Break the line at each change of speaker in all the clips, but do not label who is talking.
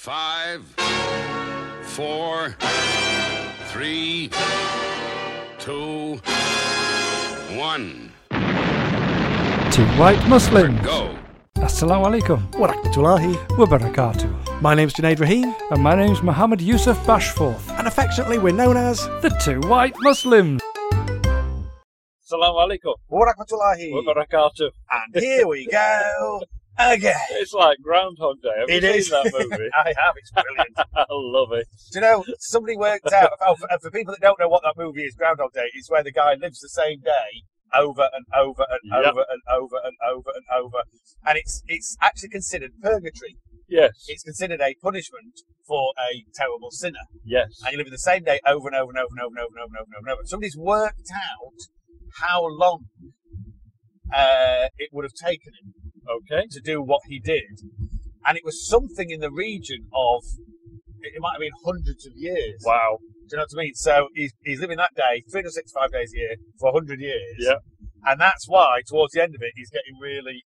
Five, four, three, two, one.
Two white Muslims.
Go.
Assalamu alaikum
Warakmatullahi.
wa barakatuh.
My name's Junaid Rahim,
And my name's Mohammed Yusuf Bashforth,
and affectionately we're known as
the two white Muslims.
Assalamu alaikum
Warakmatullahi.
wa barakatuh.
And here we go again.
It's like Groundhog Day. Have you
It
seen
is.
that movie?
I have. It's brilliant.
I love it.
Do you know, somebody worked out, oh, for, for people that don't know what that movie is, Groundhog Day, is where the guy lives the same day over and over and
Yep.
over and over and over and over. And it's, it's actually considered purgatory.
Yes.
It's considered a punishment for a terrible sinner.
Yes.
and you live in the same day over and over and over and over and over and over and over and over. Somebody's worked out how long uh, it would have taken him
Okay.
to do what he did, and it was something in the region of it it might have been hundreds of years.
Wow.
Do you know what I mean? So he's, he's living that day 365 days a year for 100 years.
Yeah.
And that's why, towards the end of it, he's getting really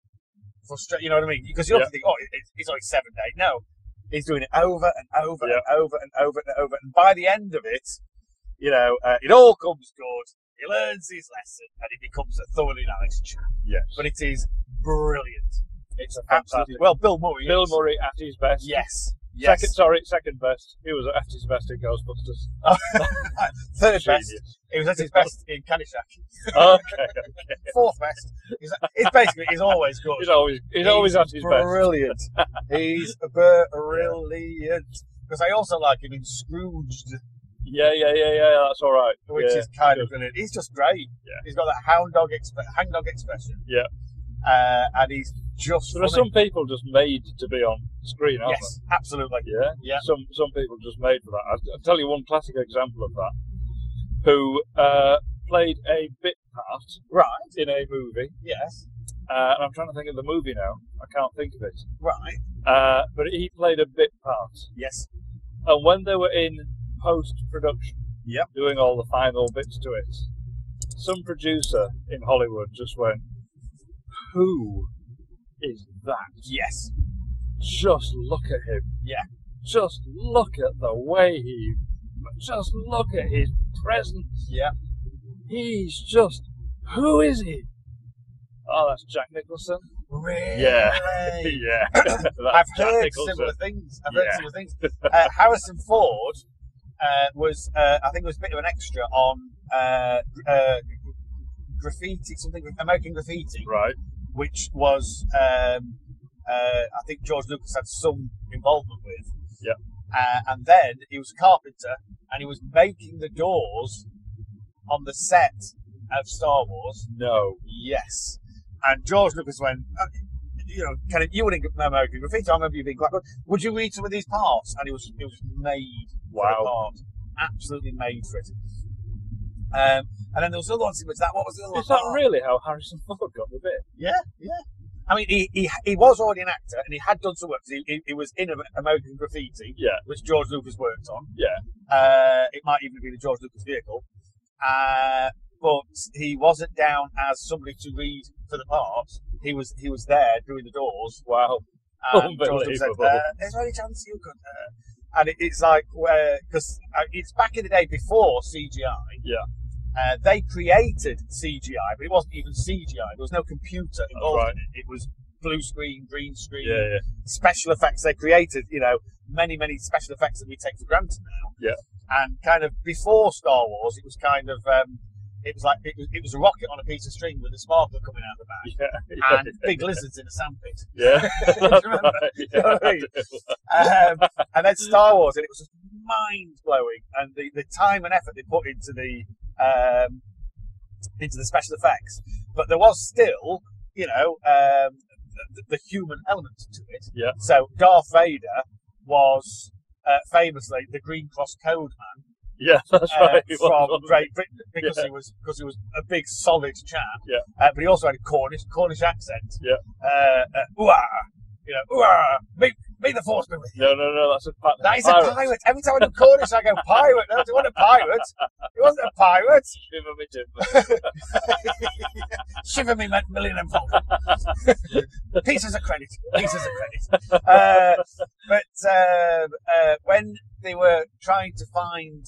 frustrated. You know what I mean? Because you often
Yeah.
think, oh, it, it's- it's only seven days. No, he's doing it over and over
Yeah.
and over and over and over. And by the end of it, you know, uh, it all comes good. He learns his lesson and he becomes a thoroughly nice chap.
Yes.
But it is brilliant.
It's a
Absolutely.
fantastic.
Well, Bill Murray.
Bill
is-
Murray at his best.
Yes. Yes.
Second, sorry, second best. He was at his best in Ghostbusters.
Third best.
Genius.
He was at his best in Caddyshack.
Okay.
fourth best. He's, he's basically he's always good.
He's always he's, always at his best.
brilliant. best. He's brilliant. Because I also like him in Scrooged,
Yeah, yeah, yeah, yeah. That's all right.
which
yeah.
is kind of brilliant. He's just great.
Yeah.
He's got that hound dog exp- hang dog expression.
Yeah.
Uh, and he's just
There are some
funny.
people just made to be on screen, aren't
yes, absolutely.
there? Yeah.
Yeah.
some some people just made for that. I'll, I'll tell you one classic example of that. Who uh, played a bit part
Right.
in a movie?
Yes.
Uh, and I'm trying to think of the movie now. I can't think of it.
Right.
Uh, but he played a bit part.
Yes.
And when they were in post production,
Yep.
doing all the final bits to it, some producer in Hollywood just went, "Who is that?
Yes.
Just look at him.
Yeah.
Just look at the way he. Just look at his presence.
Yeah.
He's just. Who is he? Oh, that's Jack Nicholson.
Really.
Yeah. yeah. that's
I've
Jack
heard
Nicholson.
similar things. I've
Yeah.
heard similar things. Uh, Harrison Ford uh, was, uh, I think, was a bit of an extra on uh, gr- uh, graffiti, something American graffiti,
Right.
which was, um, uh, I think, George Lucas had some involvement with.
Yeah.
Uh, and then he was a carpenter, and he was making the doors on the set of Star Wars.
No.
Yes. And George Lucas went, uh, you know, can it, you wouldn't know American graffiti. I remember you being quite good. Would you read some of these parts? And it was it was made for
Wow.
the part, absolutely made for it. Um, and then there was another one similar to that. What was the other
Is
one? Oh,
that really how Harrison Ford got the bit?
Yeah, yeah. I mean, he, he he was already an actor, and he had done some work. 'cause He, he, he was in Amer- American Graffiti,
Yeah.
which George Lucas worked on.
Yeah.
Uh, it might even be the George Lucas vehicle. Uh, but he wasn't down as somebody to read for the part. He was he was there doing the doors.
Wow.
And George Lucas said,
Unbelievable.
uh, There's only chance you could. Uh, and it, it's like where because uh, it's back in the day before CGI.
Yeah.
Uh, they created CGI, but it wasn't even CGI. There was no computer involved
right.
in it. It was blue screen, green screen,
Yeah, yeah.
special effects they created, you know, many, many special effects that we take for granted now.
Yeah.
And kind of before Star Wars, it was kind of, um, it was like, it was, it was a rocket on a piece of string with a sparkler coming out the back
Yeah.
and big lizards in a sandpit.
Yeah.
That's right.
Yeah,
know what I
I
mean?
do.
Um, and then Star Wars, and it was just mind blowing. And the, the time and effort they put into the um, into the special effects, but there was still, you know, um, the, the human element to it.
Yeah.
So Darth Vader was uh, famously the Green Cross Code man
Yeah, that's
uh,
right. He was
from
on-
Great Britain because
Yeah.
he was because he was a big solid chap.
Yeah.
Uh, but he also had a Cornish Cornish accent.
Yeah.
Uh, uh, ooh-ah, you know, ooh-ah, meat May the force be with you.
No, no, no. That's a pirate.
That is a pirate. Every time I record this, I go, pirate. No, it wasn't a pirate. It wasn't a pirate.
Shiver me
Shiver me, Mac Millen and Falcon. Pieces of credit. Pieces of credit. Uh, but um uh, when they were trying to find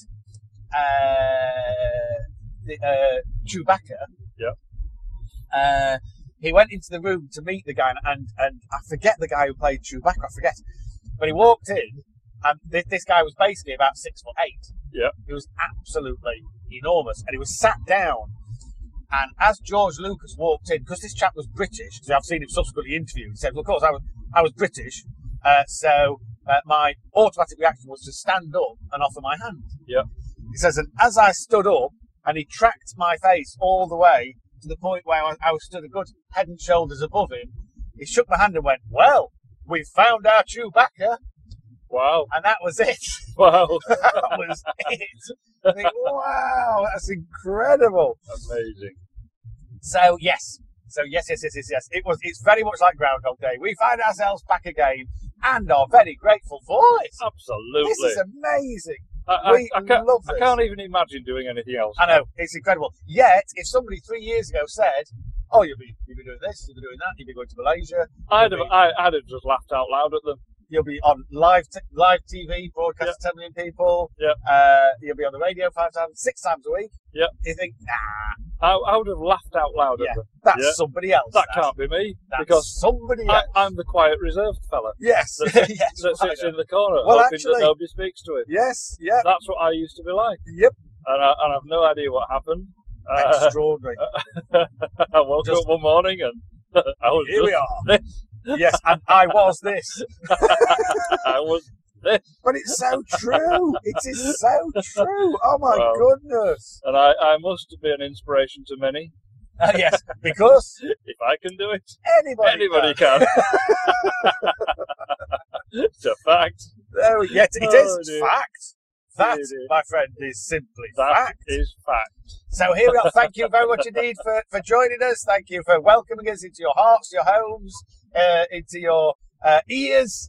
uh, the, uh, Chewbacca,
Yeah.
uh, he went into the room to meet the guy, and, and, and I forget the guy who played Chewbacca, I forget. But he walked in, and this, this guy was basically about six foot eight.
Yeah.
He was absolutely enormous, and he was sat down. And as George Lucas walked in, because this chap was British, because I've seen him subsequently interviewed, he said, well, of course, I was, I was British, uh, so uh, my automatic reaction was to stand up and offer my hand.
Yeah.
He says, and as I stood up, and he tracked my face all the way to the point where I, I was stood a good head and shoulders above him, he shook my hand and went, well, we found our Chewbacca,
Wow.
and that was it.
Wow.
that was it. I think, wow, that's incredible.
Amazing.
So yes, so yes, yes, yes, yes, yes. It was. It's very much like Groundhog Day. We find ourselves back again and are very grateful for it.
Absolutely.
This is amazing.
I, I,
we
I can't,
love
I
this.
can't even imagine doing anything else.
I know it's incredible. Yet, if somebody three years ago said, "Oh, you'll be you'll be doing this, you'll be doing that, you'll be going to Malaysia,
I'd have, I, I'd have just laughed out loud at them.
you'll be on live t- live TV broadcast to ten million people,
Yep.
uh, you'll be on the radio five times, six times a week,"
Yep.
you think,
I,
"Nah,
I would have laughed out loud
Yeah.
at them.
that's
Yeah.
somebody else.
That
That's-
can't be me
that's
because
somebody
I,
else."
I'm the quiet, reserved fella
yes,
That's-
yes,
that
right.
sits in the corner
Well,
hoping
actually-
that nobody speaks to him.
yes, yeah,
That's what I used to be like,
yep.
and, I, and I've no idea what happened. Uh,
Extraordinary.
I woke
Just-
up one morning and I was
Here we
just-
are. yes, and I was this.
I was
But it's so true. It is so true. Oh my
Wow.
goodness.
and I, I must be an inspiration to many.
Uh, yes, because
If I can do it,
anybody.
anybody can. it's a fact.
There we- yes, it
Oh,
is
dear.
fact. That,
Dear, dear.
my friend, is simply
That
fact.
is fact.
So here we are. Thank you very much indeed for, for joining us. Thank you for welcoming us into your hearts, your homes, uh, into your uh, ears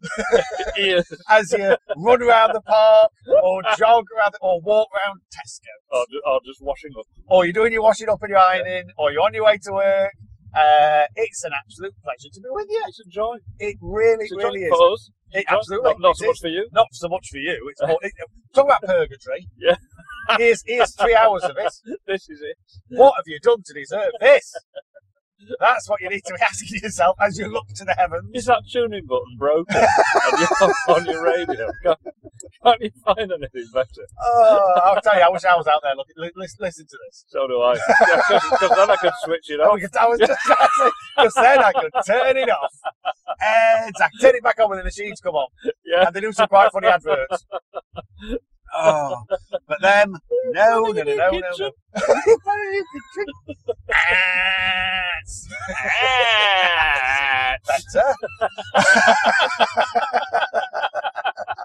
Ian
as you run around the park or jog around the, or walk around Tesco.
or, ju- or just washing up.
or you're doing your washing up and your ironing, or you're on your way to work. Uh, it's an absolute pleasure to be with you.
It's a joy.
It really,
It's a joy
really is.
for us.
It
Joy.
absolutely
Not, not
it
so much
is.
for you.
Not so much for you. It's more, it, talk about purgatory.
Yeah.
here's here's three hours of it.
This is it.
What have you done to deserve this? That's what you need to be asking yourself as you look to the heavens.
Is that tuning button broken on, your, on your radio? Can't, can't you find anything better?
Oh, I'll tell you, I wish I was out there looking. li- Listen, listen to this.
So do I. Because then I could switch it
Oh,
off.
because I was just because then I could turn it off. Exactly. Turn it back on when the machines come on.
Yeah.
and they do some quite funny adverts. Oh, but them, no, no, no, no, no. no. Ads. Ads. Better.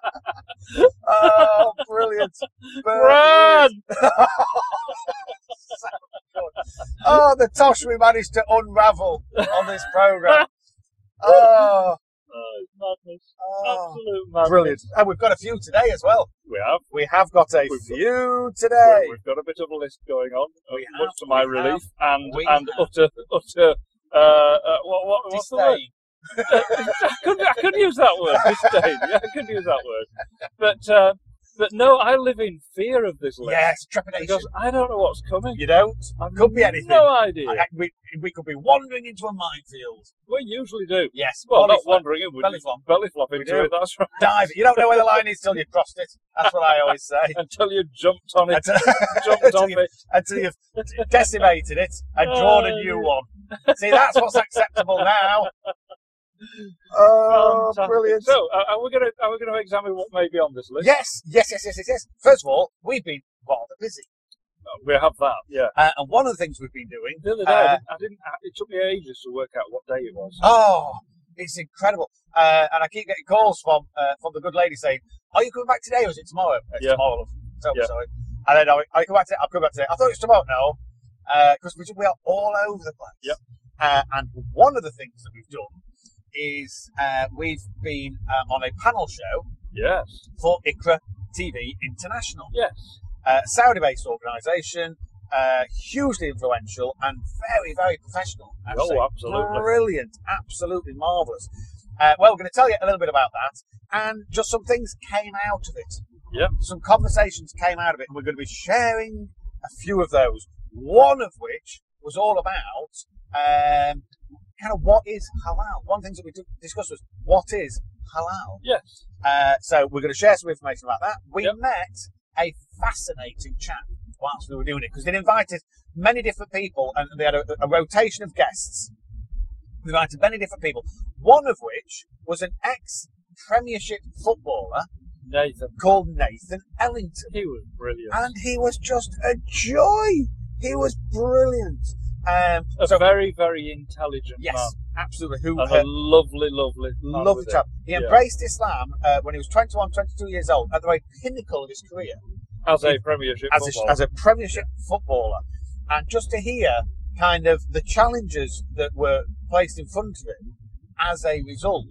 oh, brilliant.
Run!
Oh, the tosh we managed to unravel on this program. Oh,
Oh, it's madness.
oh.
Absolute madness.
brilliant. And we've got a few today as well.
We have.
We have got a
We've got-
few today.
We- We've got a bit of a list going on, uh,
We
much
have,
to my
we
relief and
we
and
have.
utter utter. Uh, uh, what, what, what's the word?
Disdain.
I could I could use that word. Disdain. Yeah, I could use that word. But uh, but no, I live in fear of this list
Yes, trepidation.
because I don't know what's coming.
you don't.
I've
could be anything.
No idea.
I- I- we, we could be wandering into a minefield.
we usually do.
Yes.
Well,
belly
not
flop,
wandering in, we
belly
just
flop.
belly flop
We
into
do.
it. That's right.
Dive. You don't know where the line is till you've crossed it. That's what I always say.
Until you jumped on it,
Until,
jumped
until
on
you've,
me.
until you've decimated it and drawn a new one. See, that's what's acceptable now. Oh,
Fantastic. So, uh, are we going to are we going to examine what may be on this list?
Yes, yes, yes, yes, yes, yes. First of all, we've been rather busy.
Uh, we have that. Yeah.
Uh, and one of the things we've been doing
The other day,
Uh,
I, didn't, I didn't. I- It took me ages to work out what day it was.
Oh, it's incredible. Uh, and I keep getting calls from uh, from the good lady saying, "Are you coming back today or is it tomorrow?" It's
Yeah.
tomorrow. Love. So
Yeah.
sorry. And then I, I come back today. I'll come back today. I thought it was tomorrow. No, Uh, because we, we are all over the place.
Yep.
Uh, and one of the things that we've done is uh, we've been uh, on a panel show
Yes.
for ICRA TV International,
Yes.
uh, Saudi-based organisation, uh, hugely influential and very, very professional. Actually.
Oh, absolutely.
Brilliant, absolutely marvellous. Uh, well, we're going to tell you a little bit about that, and just some things came out of it.
Yep.
Some conversations came out of it, and we're going to be sharing a few of those. One of which was all about um, kind of what is halal. One of the things that we di- discussed was what is halal.
Yes.
Uh, so we're going to share some information about that. We
Yep.
met a fascinating chap whilst we were doing it because they invited many different people and they had a, a rotation of guests. They invited many different people, one of which was an ex Premiership footballer
Nathan.
called Nathan Ellington.
He was brilliant.
And he was just a joy. He was brilliant. Um,
a
so,
very, very intelligent
yes, absolutely. Who
man. And a
uh,
lovely, lovely man
lovely
with it.
chap. He
Yeah.
embraced Islam uh, when he was 21, 22 years old, at the very pinnacle of his career.
As a Premiership
as a,
footballer.
as a Premiership footballer, and just to hear kind of the challenges that were placed in front of him as a result,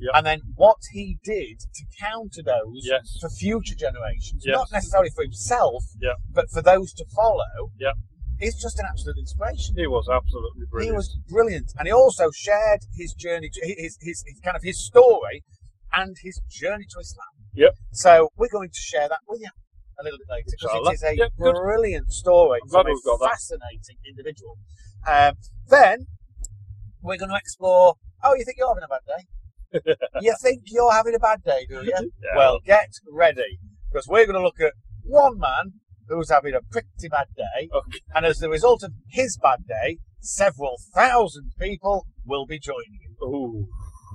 Yep.
and then what he did to counter those
Yes.
for future generations,
Yes.
not necessarily for himself,
Yep.
but for those to follow,
Yep.
is just an absolute inspiration.
He was absolutely brilliant.
He was brilliant, and he also shared his journey, to, his, his, his kind of his story, and his journey to Islam.
Yep.
So we're going to share that with you a little bit later because
Inshallah.
it is a
Yep, good.
brilliant story
I'm glad
from a
we've got that.
fascinating individual. Um, then we're going to explore. Oh, you think you're having a bad day? you think you're having a bad day, do you?
Yeah.
Well, get ready because we're going to look at one man who's having a pretty bad day,
Okay.
and as the result of his bad day, several thousand people will be joining him.
Ooh,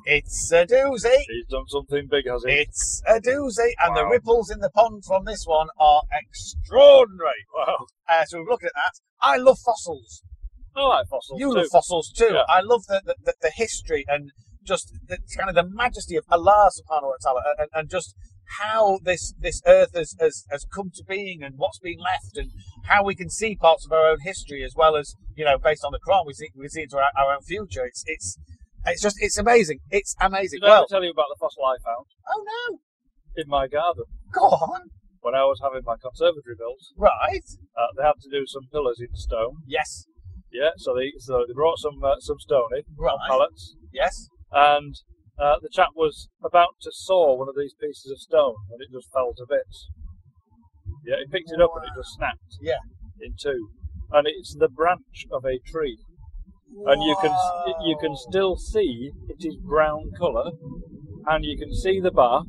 It's a doozy.
he's done something big, has he?
It's a doozy, and the
Wow.
ripples in the pond from this one are extraordinary.
Wow.
Uh, so we're looking at that. I love fossils.
I like fossils
You
too.
love fossils too.
Yeah.
I love the, the, the, the history and just the, kind of the majesty of Allah subhanahu wa ta'ala and, and just how this, this earth has, has, has come to being and what's been left and how we can see parts of our own history as well as, you know, based on the Quran, we see, we see into our, our own future. It's, it's, it's just, it's amazing. It's amazing.
Did I ever
Well,
tell you about the fossil I found
oh no,
in my garden
go on.
when I was having my conservatory built?
Right.
Uh, they had to do some pillars in stone.
Yes.
Yeah, so they so they brought some uh, some stone in
Right.
pallets,
Yes.
and uh, the chap was about to saw one of these pieces of stone, and it just fell to bits. Yeah, he picked it up and it just snapped.
Yeah.
in two, and it's the branch of a tree. and you can you can still see it is brown colour, and you can see the bark.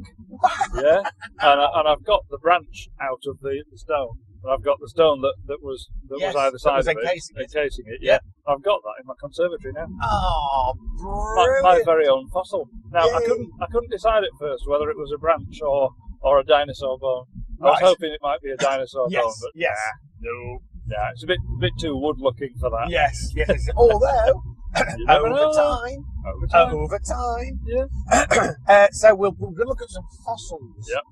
yeah, and, I, and I've got the branch out of the, the stone, and I've got the stone that, that was that
Yes,
was either
that
side
was
of
encasing
it,
it.
encasing it.
Yeah.
Yeah. I've got that in my conservatory now.
Oh,
My,
brilliant.
my very own fossil. Now I
Yay.
couldn't I couldn't decide at first whether it was a branch or or a dinosaur bone. I was
Right.
hoping it might be a dinosaur
Yes,
bone, but
yes.
nah, no, nah, it's a bit bit too wood looking for that.
Yes, yes. Although,
You never
over
know.
time,
Over time.
over time.
Um, Yeah.
Uh, so we'll, we're going to look at some fossils.
Yep.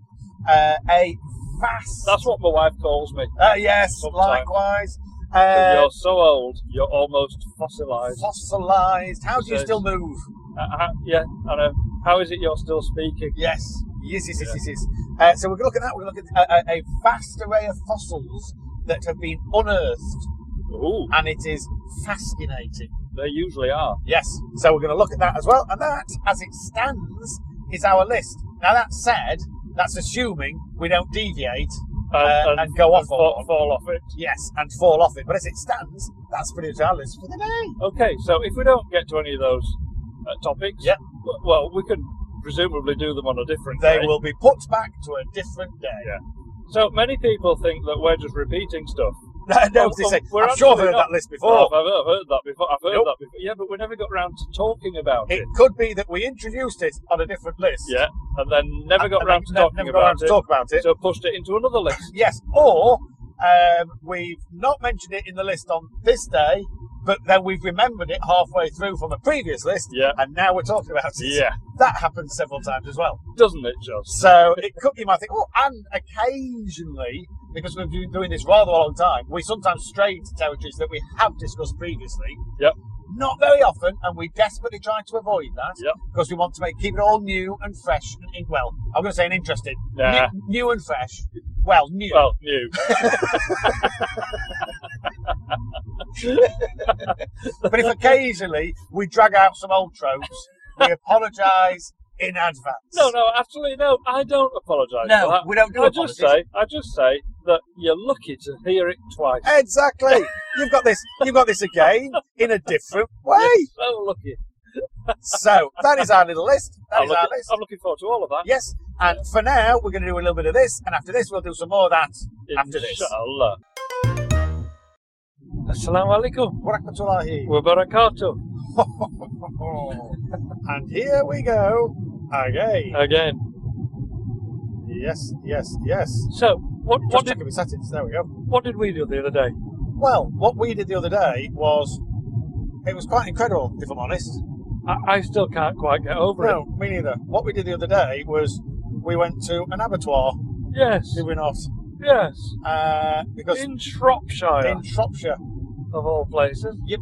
Uh, a vast.
That's what my wife calls me.
Uh, yes,
Sometimes.
likewise.
If
Uh,
you're so old, you're almost fossilized.
fossilized. How do you
Says-
still move?
Uh, ha- yeah, I know. How is it you're still speaking?
Yes. Yes, yes, yes,
Yeah.
yes, yes. Uh, so we're going to look at that. We're going to look at a, a, a vast array of fossils that have been unearthed,
Ooh,
and it is fascinating.
they usually are.
Yes. So we're going to look at that as well. And that, as it stands, is our list. Now, that said, that's assuming we don't deviate.
And,
Uh, and go off on
fall,
one.
fall off it.
Yes, and fall off it. But as it stands, that's pretty much our list for the day.
Okay, so if we don't get to any of those uh, topics,
Yeah.
w- well, we can presumably do them on a different
They
day.
will be put back to a different day.
Yeah. So many people think that we're just repeating stuff.
no,
Oh,
they
oh,
say,
we're
I'm sure I've
actually
heard
not.
that list
Oh,
before.
I've, I've heard that before. I've heard
Nope.
that before. Yeah, but we never got round to talking about it.
It could be that we introduced it on a different list.
Yeah, and then never got
and
round to
then
talking
never got
about
round to talk about it.
it. So pushed it into another list.
Yes, or um, we've not mentioned it in the list on this day, but then we've remembered it halfway through from a previous list,
Yeah.
and now we're talking about it.
Yeah.
That happens several times as well.
Doesn't it just?
So it could you might think, oh, and occasionally, because we've been doing this rather a long time, we sometimes stray into territories that we have discussed previously.
Yep.
Not very often, and we desperately try to avoid that
Yep.
because we want to make keep it all new and fresh and in- well. I'm going to say an interesting,
Nah.
new, new and fresh. Well, new.
Well, new.
But if occasionally we drag out some old tropes, we apologise in advance.
No, no, absolutely no. I don't apologise.
No,
for that.
we don't do
I just say,
apologies.
I just say that you're lucky to hear it twice.
Exactly. You've got this. You've got this again in a different way.
You're so lucky.
So that is our little list. That
I'm
is our
looking,
list.
I'm looking forward to all of that.
Yes. And for now, we're going to do a little bit of this, and after this, we'll do some more of that. After this.
Inshallah.
Assalamu alaikum.
Warakmatullahi.
Wa barakatuh.
Oh. and here we go again.
Again.
Yes, yes, yes.
So, what
Just
what did
checking my settings. There we go.
what did we do the other day?
Well, what we did the other day was it was quite incredible, if I'm honest.
I, I still can't quite get over
No, me neither. What we did the other day was we went to an abattoir,
it. Yes.
did we not?
Yes.
Uh, because
In Shropshire,
in Shropshire.
of all places.
Yep.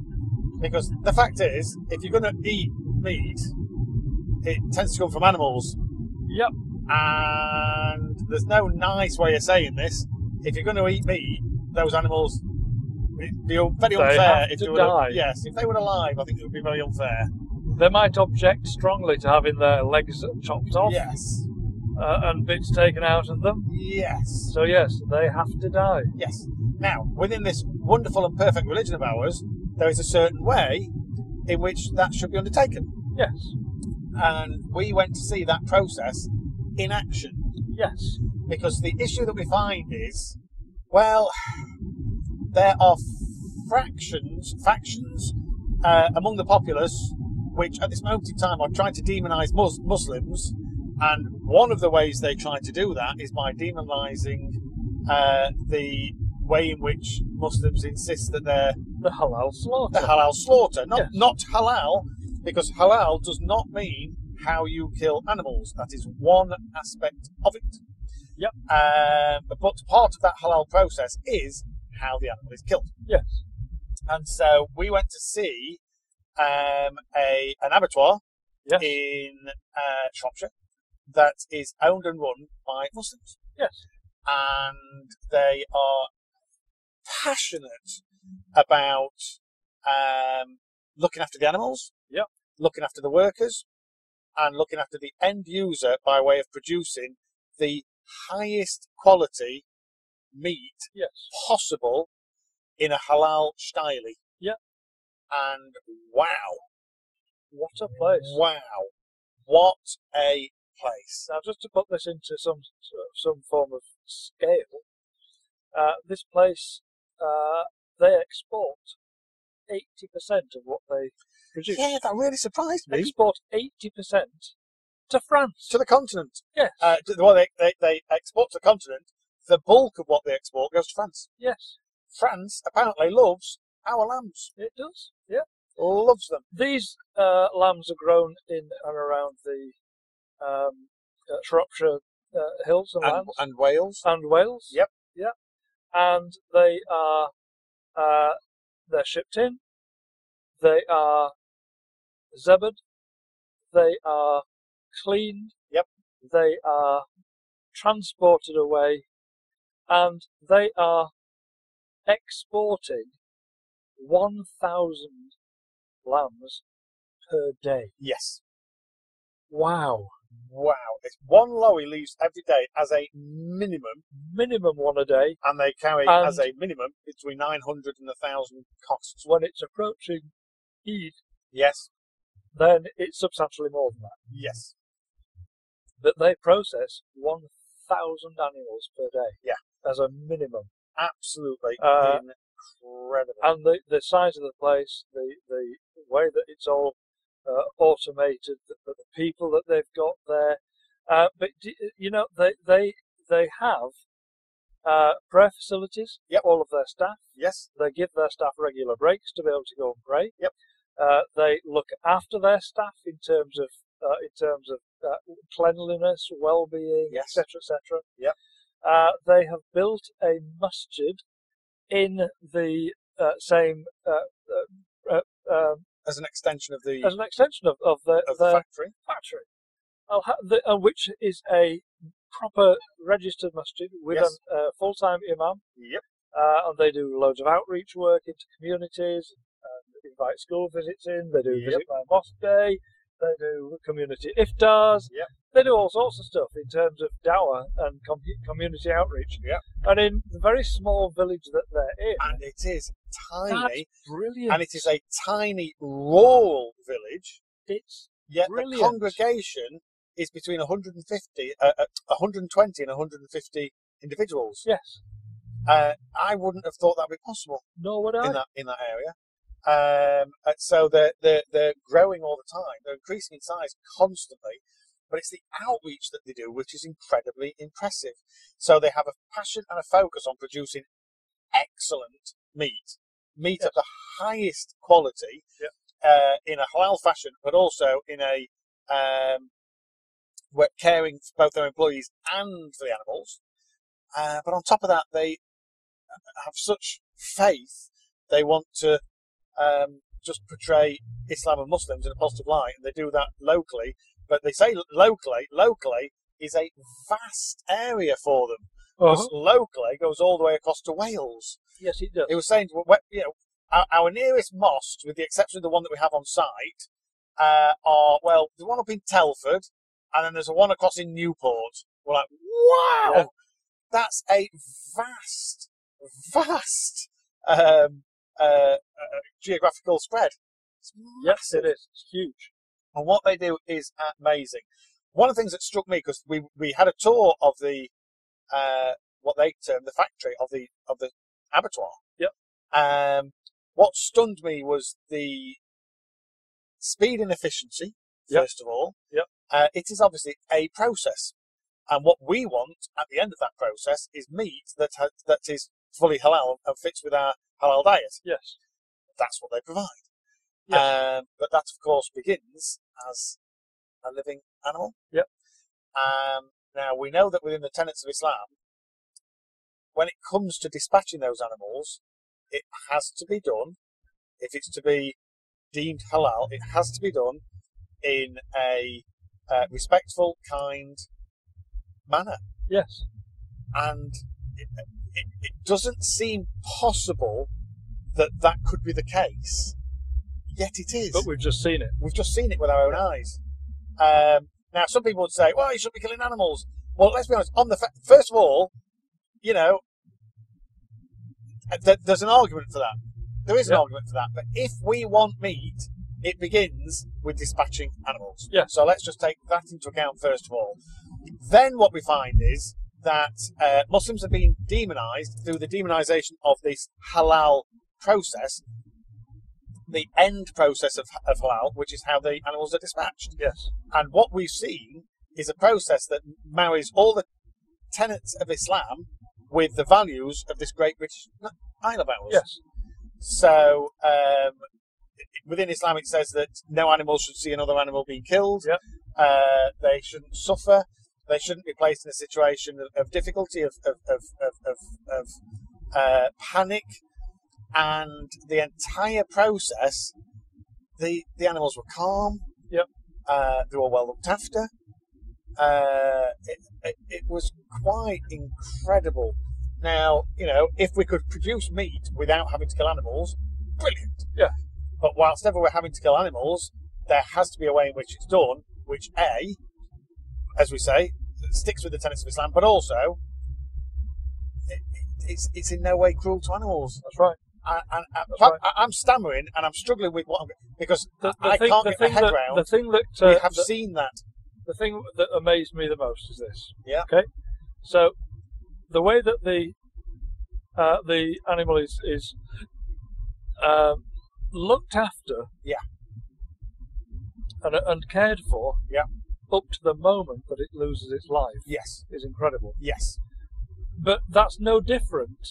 Because the fact is, if you're going to eat meat, it tends to come from animals.
Yep.
And there's no nice way of saying this. If you're going to eat meat, those animals, it'd be
They
very unfair
have
if
to
they were
die.
Yes, if they were alive, I think it would be very unfair.
They might object strongly to having their legs chopped off
Yes.
uh, and bits taken out of them.
Yes.
So yes, they have to die.
Yes. Now, within this wonderful and perfect religion of ours, there is a certain way in which that should be undertaken.
Yes.
And we went to see that process in action.
Yes.
because the issue that we find is, well, there are fractions, factions uh, among the populace which at this moment in time are trying to demonize Mus- Muslims, and one of the ways they try to do that is by demonizing uh, the way in which Muslims insist that they're
The halal slaughter.
the halal slaughter, not
Yes.
not halal, because halal does not mean how you kill animals. That is one aspect of it.
Yep.
Um, but part of that halal process is how the animal is killed.
Yes.
And so we went to see um, a an abattoir
Yes.
in uh, Shropshire that is owned and run by Muslims
Yes.
and they are passionate about um, looking after the animals,
Yep.
looking after the workers, and looking after the end user by way of producing the highest quality meat
Yes.
possible in a halal style.
Yep.
And wow,
What a place.
wow, what a place.
Now, just to put this into some some form of scale, uh, this place uh, they export eighty percent of what they produce.
Yeah, that really surprised me.
Export eighty percent to France.
To the continent.
yes.
uh, d- well, they, they, they export to the continent. The bulk of what they export goes to France.
yes.
France apparently loves our lambs,
It does. Yeah.
loves them.
These uh, lambs are grown in and around the um, uh, Shropshire uh, hills and,
And,
lands
and Wales.
and Wales.
Yep.
Yeah. And they are uh, they're shipped in. They are zebbed. They are cleaned.
Yep.
They are transported away, and they are exporting one thousand lambs per day.
Yes.
Wow.
Wow. It's one lorry leaves every day as a minimum,
Minimum one a day.
and they carry
And-
as a minimum between 900 and 1,000 costs.
When it's approaching Eid,
Yes.
then it's substantially more than that.
Yes.
But they process 1,000 animals per day.
Yeah.
As a minimum.
Absolutely
Uh,
incredible.
And the, the size of the place, the, the way that it's all uh, automated, the, the people that they've got there. Uh, but, d- you know, they, they, they have uh, prayer facilities,
Yep.
all of their staff.
yes.
They give their staff regular breaks to be able to go and pray.
Yep.
Uh, they look after their staff in terms of uh, in terms of uh, cleanliness, well-being,
Yes.
etc., etc.
Yep.
Uh, they have built a masjid in the uh, same uh, uh, uh, um,
as an extension of the
as an extension of, of the,
of the
the
factory.
factory, I'll ha- the, uh, which is a proper registered masjid with
Yes.
a uh, full-time imam,
Yep.
uh, and they do loads of outreach work into communities, and invite school visits in. They do
Yep.
visit by mosque day. They do community iftars.
Yep.
They do all sorts of stuff in terms of dawah and com- community outreach.
Yep.
And in the very small village that they're in,
And it is
that's
tiny,
brilliant.
and it is a tiny rural village.
it's
Yet
Brilliant.
the congregation is between 150, uh, uh, 120 and 150 individuals.
yes.
Uh, I wouldn't have thought that would be possible
No, would
in
I?
that in that area. Um, uh, so they're, they're they're growing all the time. They're increasing in size constantly. But it's the outreach that they do which is incredibly impressive. So they have a passion and a focus on producing excellent meat, meat of the highest quality,
Yep.
uh, in a halal fashion, but also in a um, where caring for both their employees and for the animals. Uh, but on top of that, they have such faith they want to um, just portray Islam and Muslims in a positive light, and they do that locally. But they say lo- locally, locally is a vast area for them.
Uh-huh.
Because locally goes all the way across to Wales.
Yes, it does.
It was saying, well, we- you know, our, our nearest mosques, with the exception of the one that we have on site, uh, are well, there's one up in Telford, and then there's a one across in Newport. We're like, wow,
Yeah.
that's a vast, vast um, uh, uh, geographical spread. It's
Yes,
massive.
it is. It's huge.
And what they do is amazing. One of the things that struck me because we, we had a tour of the uh, what they term the factory of the of the abattoir.
Yep.
Um, what stunned me was the speed and efficiency.
Yep.
First of all.
Yep.
Uh, it is obviously a process, and what we want at the end of that process is meat that ha- that is fully halal and fits with our halal diet
Yes.
that's what they provide.
Yes.
Um, but that, of course, begins as a living animal.
Yep.
Um, now, we know that within the tenets of Islam, when it comes to dispatching those animals, it has to be done, if it's to be deemed halal, it has to be done in a uh, respectful, kind manner
Yes.
and it, it, it doesn't seem possible that that could be the case. Yet it is.
But we've just seen it.
We've just seen it with our own eyes. Um, now, some people would say, "Well, you shouldn't be killing animals." Well, let's be honest. On the fa- first of all, you know, th- there's an argument for that. There is an
Yeah.
argument for that. But if we want meat, it begins with dispatching animals.
Yeah.
So let's just take that into account first of all. Then what we find is that uh, Muslims have been demonized through the demonization of this halal process, the end process of, of halal, which is how the animals are dispatched.
Yes.
And what we've seen is a process that marries all the tenets of Islam with the values of this great British Isle of ours.
Yes.
So um, within Islam, it says that no animal should see another animal being killed.
Yep.
Uh, they shouldn't suffer. They shouldn't be placed in a situation of, of difficulty, of of of of, of, of uh, panic, and the entire process. The the animals were calm.
Yep.
Uh, they were well looked after. Uh, it, it, it was quite incredible. Now, you know, if we could produce meat without having to kill animals, brilliant.
Yeah.
But whilst ever we're having to kill animals, there has to be a way in which it's done, which A, as we say, sticks with the tenets of Islam, but also it, it's, it's in no way cruel to animals.
That's right.
I, I, I,
right.
I, I'm stammering and I'm struggling with what I'm, because
The, the
I
thing,
can't
the
get my
thing
head
that,
round.
The thing that
we
uh,
have
the,
seen that.
the thing that amazed me the most is this.
Yeah.
Okay. So the way that the uh, the animal is is um, looked after.
Yeah.
And, and cared for.
Yeah.
Up to the moment that it loses its life
Yes.
is incredible.
Yes.
But that's no different.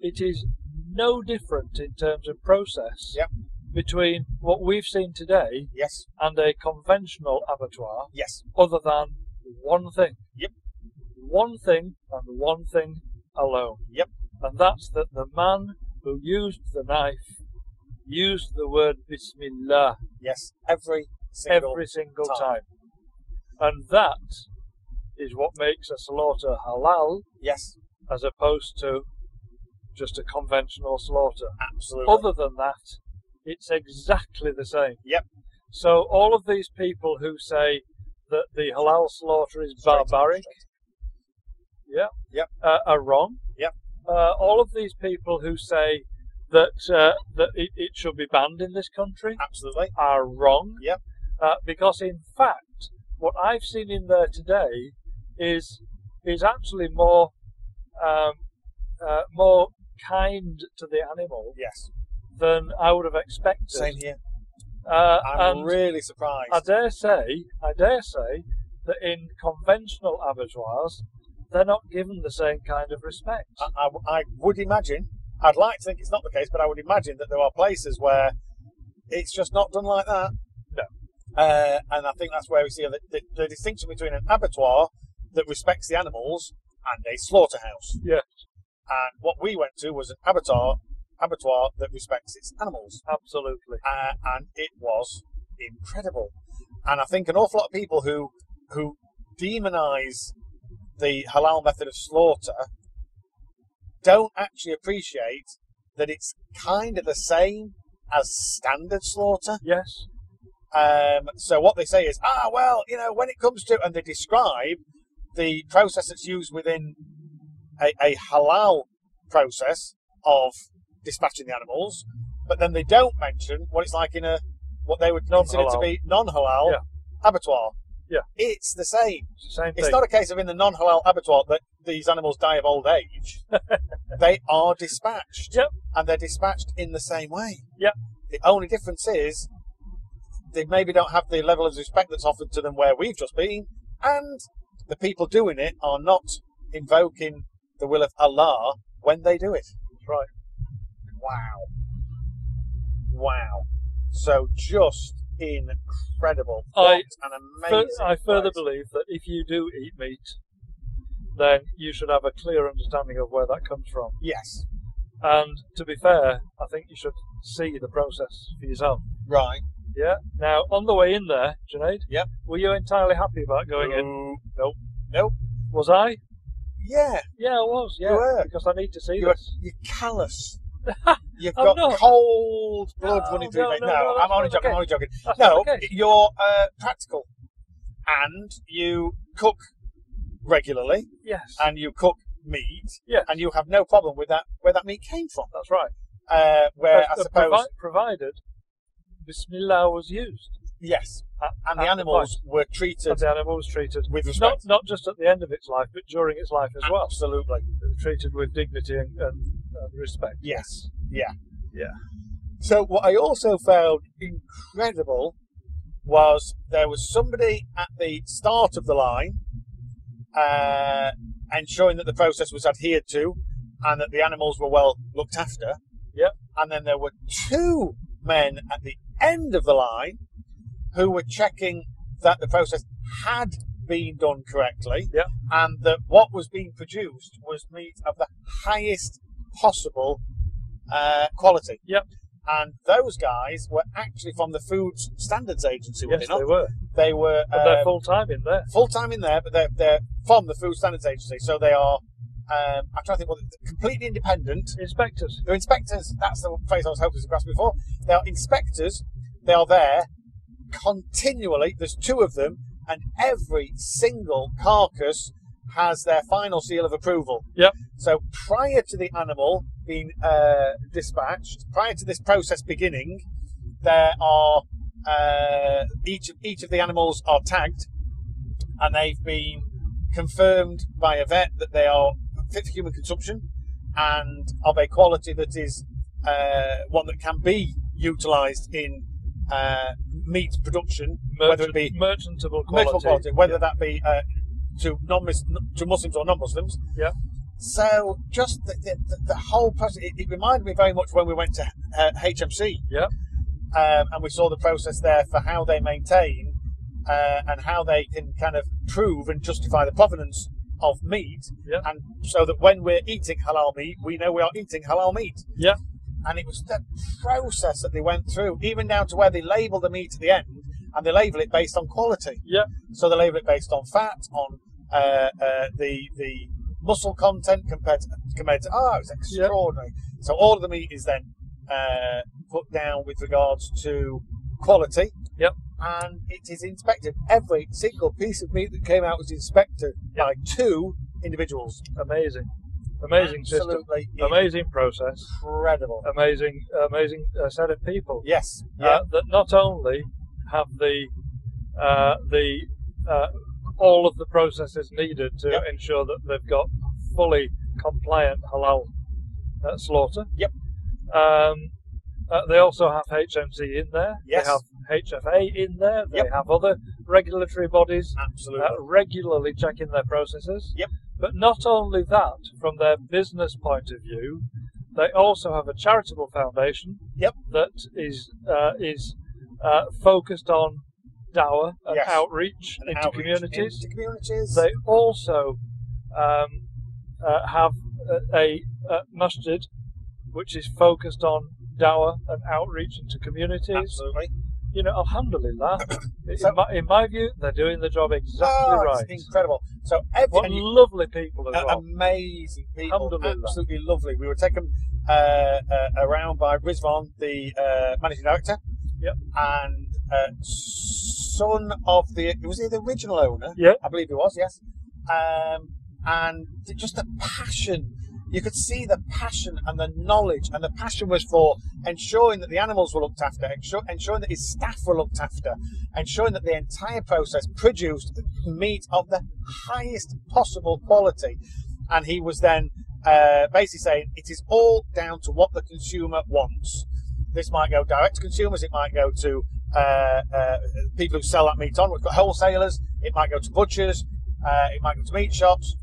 It is no different in terms of process
Yep.
between what we've seen today
Yes.
and a conventional abattoir,
Yes.
other than one thing.
Yep.
One thing and one thing alone.
Yep.
And that's that the man who used the knife used the word Bismillah
Yes, every single.
every single
time.
time. And that is what makes a slaughter halal
Yes,
as opposed to just a conventional slaughter.
absolutely.
Other than that, it's exactly the same.
Yep.
So all of these people who say that the halal slaughter is
Straight up,
barbaric,
straight up.
yeah,
Yep.
uh, are wrong.
Yep.
Uh, all of these people who say that uh, that it, it should be banned in this country
Absolutely.
are wrong.
Yep.
Uh, because in fact, what I've seen in there today is is actually more um, uh, more kind to the animal
Yes.
than I would have expected.
Same here.
Uh,
I'm
and
really surprised.
I dare say, I dare say that in conventional abattoirs, they're not given the same kind of respect.
I, I- I would imagine, I'd like to think it's not the case, but I would imagine that there are places where it's just not done like that.
No.
Uh, and I think that's where we see the, the, the distinction between an abattoir that respects the animals and a slaughterhouse.
Yeah.
And what we went to was an abattoir, abattoir that respects its animals.
Absolutely.
Uh, and it was incredible. And I think an awful lot of people who who demonize the halal method of slaughter don't actually appreciate that it's kind of the same as standard slaughter.
Yes.
Um, so what they say is, ah, well, you know, when it comes to, and they describe the process that's used within a, a halal process of dispatching the animals, but then they don't mention what it's like in a what they would consider to
Non-halal.
be non-halal
Yeah.
abattoir.
Yeah.
it's the same.
It's the same
It's
thing.
not a case of in the non-halal abattoir that these animals die of old age. they are dispatched.
Yep.
And they're dispatched in the same way.
Yep.
The only difference is they maybe don't have the level of respect that's offered to them where we've just been, and the people doing it are not invoking the will of Allah when they do it. Right. Wow. Wow. So just incredible.
I
what an
Fur-
amazing.
I further
place.
believe that if you do eat meat, then you should have a clear understanding of where that comes from.
Yes.
And to be fair, I think you should see the process for yourself.
Right.
Yeah. Now, on the way in there, Junaid.
Yep.
Were you entirely happy about going in?
Nope. Nope.
Was I?
Yeah.
Yeah, I was. Yeah.
were.
Because I need to see
You're,
this.
you're callous. You've
I'm
got
not.
cold blood
No,
running through
no,
your veins.
no,
No,
no, that's
I'm only
not the
joking. I'm
case.
only joking.
That's
No,
not the case.
you're uh, practical, and you cook regularly,
Yes.
and you cook meat,
Yes.
and you have no problem with that where that meat came from.
That's right.
Uh, where I
As- uh,
suppose
provi- provided Bismillah was used.
yes,
At-
and
at
the animals were
and
treated
the animal was treated
with
not
respect.
not just at the end of its life, but during its life as well.
Absolutely.
treated with dignity and, and, and respect.
Yes. Yeah.
Yeah.
So what I also found incredible was there was somebody at the start of the line uh, ensuring that the process was adhered to and that the animals were well looked after.
Yep.
And then there were two men at the end of the line who were checking that the process had been done correctly
Yep.
and that what was being produced was meat of the highest possible uh, quality.
Yep.
And those guys were actually from the Food Standards Agency, were
Yes,
they not?
they were.
They were
And they're
um,
full time in there.
full time in there, but they're, they're from the Food Standards Agency, so they are. Um, I'm trying to think. Well, completely independent.
Inspectors.
They're inspectors. That's the phrase I was hoping to grasp before. They are inspectors. They are there continually. There's two of them, and every single carcass has their final seal of approval.
Yep.
So prior to the animal being uh, dispatched, prior to this process beginning, there are uh, each of each of the animals are tagged, and they've been confirmed by a vet that they are fit for human consumption and of a quality that is uh, one that can be utilised in uh, meat production, whether it be
merchantable quality.
merchantable quality, whether that be uh, to non to Muslims or non-Muslims.
Yeah.
So just the, the, the whole process, it, it reminded me very much when we went to uh, HMC
Yeah.
um, and we saw the process there for how they maintain uh, and how they can kind of prove and justify the provenance of meat,
Yeah.
and so that when we're eating halal meat, we know we are eating halal meat.
Yeah.
and it was the process that they went through, even down to where they label the meat at the end, and they label it based on quality.
Yeah.
So they label it based on fat, on uh, uh, the the muscle content compared to, compared to oh, it's extraordinary. So all of the meat is then uh, put down with regards to quality.
Yep.
And it is inspected. Every single piece of meat that came out was inspected by two individuals.
Amazing. Amazing system.
Absolutely
Amazing process.
incredible.
Amazing, amazing uh, set of people.
Yes.
uh, that not only have the uh, the uh, all of the processes needed to
Yep.
ensure that they've got fully compliant halal uh, slaughter.
Yep.
Um, uh, they also have HMC in there.
Yes.
They have HFA in there. They
Yep.
have other regulatory bodies
Absolutely.
uh, regularly checking their processes.
Yep.
But not only that, from their business point of view, they also have a charitable foundation.
Yep.
That is uh, is uh, focused on dower and
Yes.
outreach
And
into
outreach
communities.
Into communities.
They also um, uh, have a, a, uh masjid which is focused on dower and outreach into communities
Absolutely.
you know, alhamdulillah. in,
So-
my, in my view, they're doing the job exactly
Oh,
right.
It's incredible. So every,
What
and you-
lovely people as
Uh,
well.
amazing people,
Alhamdulillah.
absolutely lovely. We were taken uh, uh, around by Rizwan, the uh, managing director,
Yep.
and uh, son of the was he the original owner?
Yeah.
I believe he was. Yes, um, and th- just the passion. You could see the passion and the knowledge, and the passion was for ensuring that the animals were looked after, ensure, ensuring that his staff were looked after, ensuring that the entire process produced meat of the highest possible quality. And he was then uh, basically saying it is all down to what the consumer wants. This might go direct to consumers, it might go to uh, uh, people who sell that meat on. We've got wholesalers, it might go to butchers, uh, it might go to meat shops.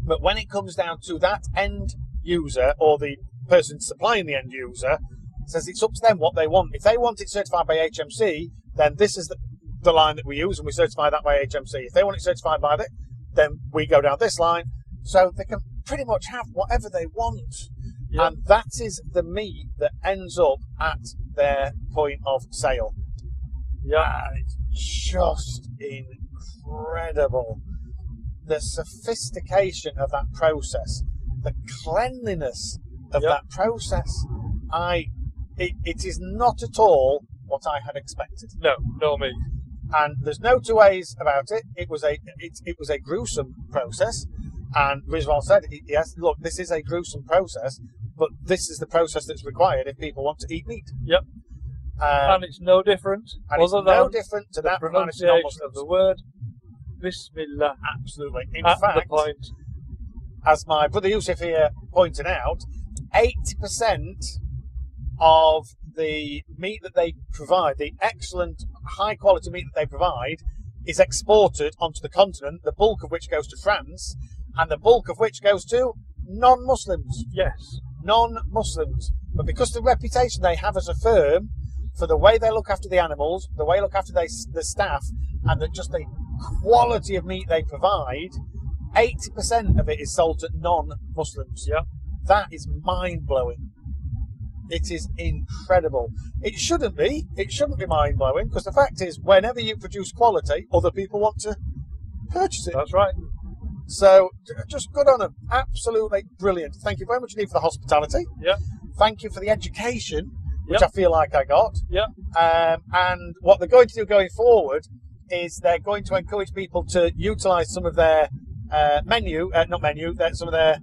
But when it comes down to that end user or the person supplying the end user, says it's up to them what they want. If they want it certified by HMC, then this is the, the line that we use and we certify that by HMC. If they want it certified by that, then we go down this line. So they can pretty much have whatever they want.
Yeah.
And that is the meat that ends up at their point of sale.
yeah,
And it's just incredible. The sophistication of that process, the cleanliness of
Yep.
that process. I, it, it is not at all what I had expected,
no, no me.
and there's no two ways about it. It was a, it, it was a gruesome process, and Rizwan said, yes, look, this is a gruesome process, but this is the process that's required if people want to eat meat.
Yep.
Um,
and it's no different.
and it's
other
no
than
different to
the
that pronunciation
pronunciation of the word Bismillah
Absolutely. In
at the
fact,
point.
as my brother Yusuf here pointed out, 80% of the meat that they provide, the excellent, high quality meat that they provide, is exported onto the continent, the bulk of which goes to France, and the bulk of which goes to non Muslims.
Yes,
Non Muslims. But because the reputation they have as a firm for the way they look after the animals, the way they look after they, the staff, and the, just the quality of meat they provide, 80% of it is sold to non Muslims.
Yeah.
That is mind blowing. It is incredible. It shouldn't be. It shouldn't be mind blowing because the fact is, whenever you produce quality, other people want to purchase it.
that's right.
So j- just good on them. Absolutely brilliant. Thank you very much indeed for the hospitality.
Yeah.
Thank you for the education, which
Yeah.
I feel like I got.
Yeah.
Um, and what they're going to do going forward is they're going to encourage people to utilise some of their uh, menu, uh, not menu, their, some of their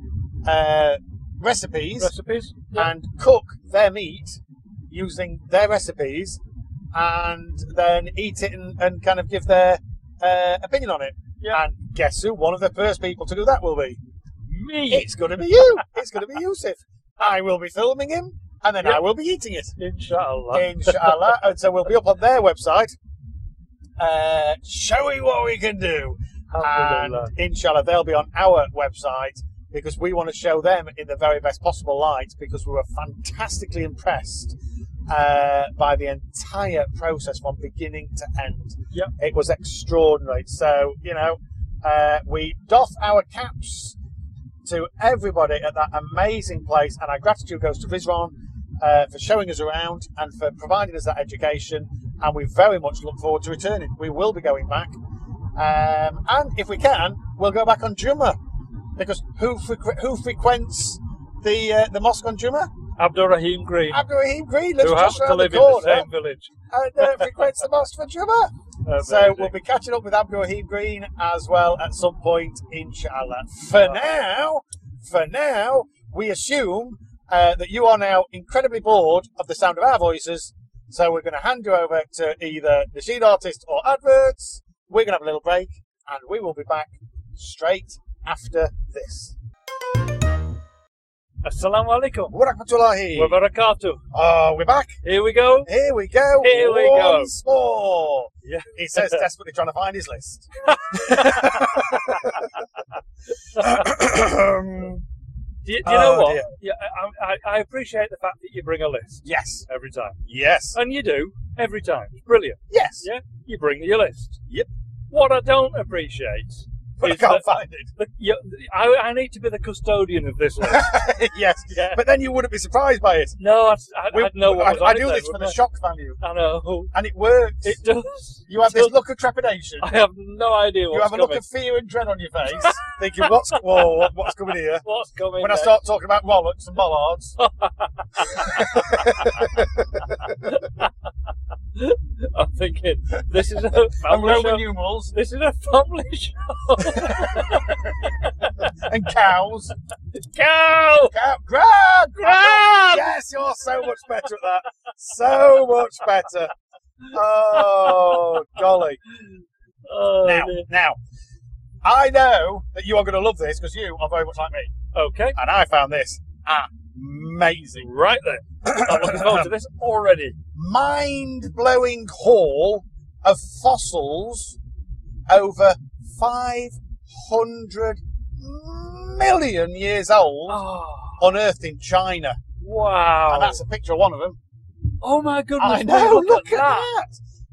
uh, recipes
Recipes. Yeah.
and cook their meat using their recipes and then eat it and, and kind of give their uh, opinion on it.
Yeah.
And guess who? One of the first people to do that will be.
me.
It's going to be you. It's going to be Yusuf. I will be filming him and then
Yeah.
I will be eating it.
Inshallah.
Inshallah. and so we'll be up on their website uh, showing what we can do. And
Alhamdulillah.
inshallah, they'll be on our website because we want to show them in the very best possible light because we were fantastically impressed uh, by the entire process from beginning to end.
Yep.
It was extraordinary. So, you know, uh, we doff our caps to everybody at that amazing place, and our gratitude goes to Rizwan uh, for showing us around and for providing us that education. And we very much look forward to returning. We will be going back. Um, and if we can, we'll go back on Jumma. Because who, frequ- who frequents the uh, the mosque on Jumma?
Abdurrahim Green,
Abdurrahim Green lives
who happens
just
to
around the
live in the
corner
same village. Uh,
and uh, frequents the mosque for Jumma. So
Amazing.
we'll be catching up with Abdurrahim Green as well at some point, inshallah. For now, for now, we assume uh, that you are now incredibly bored of the sound of our voices, so we're going to hand you over to either the sheet artist or adverts. We're going to have a little break, and we will be back straight after this.
Assalamu alaikum
Wa rahmatullahi.
wa barakatuh.
Oh, we're back.
Here we go.
Here we go.
Here we go.
Once more.
Yeah.
He says, desperately trying to find his list. Um,
Do you, do you know
Oh,
what?
dear.
Yeah, I, I, I appreciate the fact that you bring a list
yes.
every time,
Yes.
and you do every time. Brilliant.
Yes.
Yeah, you bring your list.
Yep.
What I don't appreciate
But I
is
can't
that
find it.
the, you, I, I need to be the custodian of this list.
yes.
Yeah.
But then you wouldn't be surprised by it.
no, I, I,
We-
I'd know what
I,
was
I
on it
do
then,
this for the
wouldn't
shock value,
I? I know
and it works.
it does.
you have
it
this
does.
look of trepidation.
I have no idea
You
what's
have a
coming.
look of fear and dread on your face, thinking, "What's whoa, what- what's coming here?"
What's coming?
When I
next?
start talking about rollocks and bollards,
I'm thinking this is a
and
family show.
Roman numerals
This is a family show.
and cows,
Go!
cow, grab,
Grab!
Yes, you're so much better at that. So much better. Oh, golly.
Oh,
Now,
dear.
now, I know that you are going to love this because you are very much like me.
Okay.
and I found this amazing.
Right then. I'm looking forward to this already.
Mind blowing haul of fossils over 500 million years old,
Oh,
unearthed in China.
wow.
And that's a picture of one of them.
oh my goodness.
I know,
look,
look at that.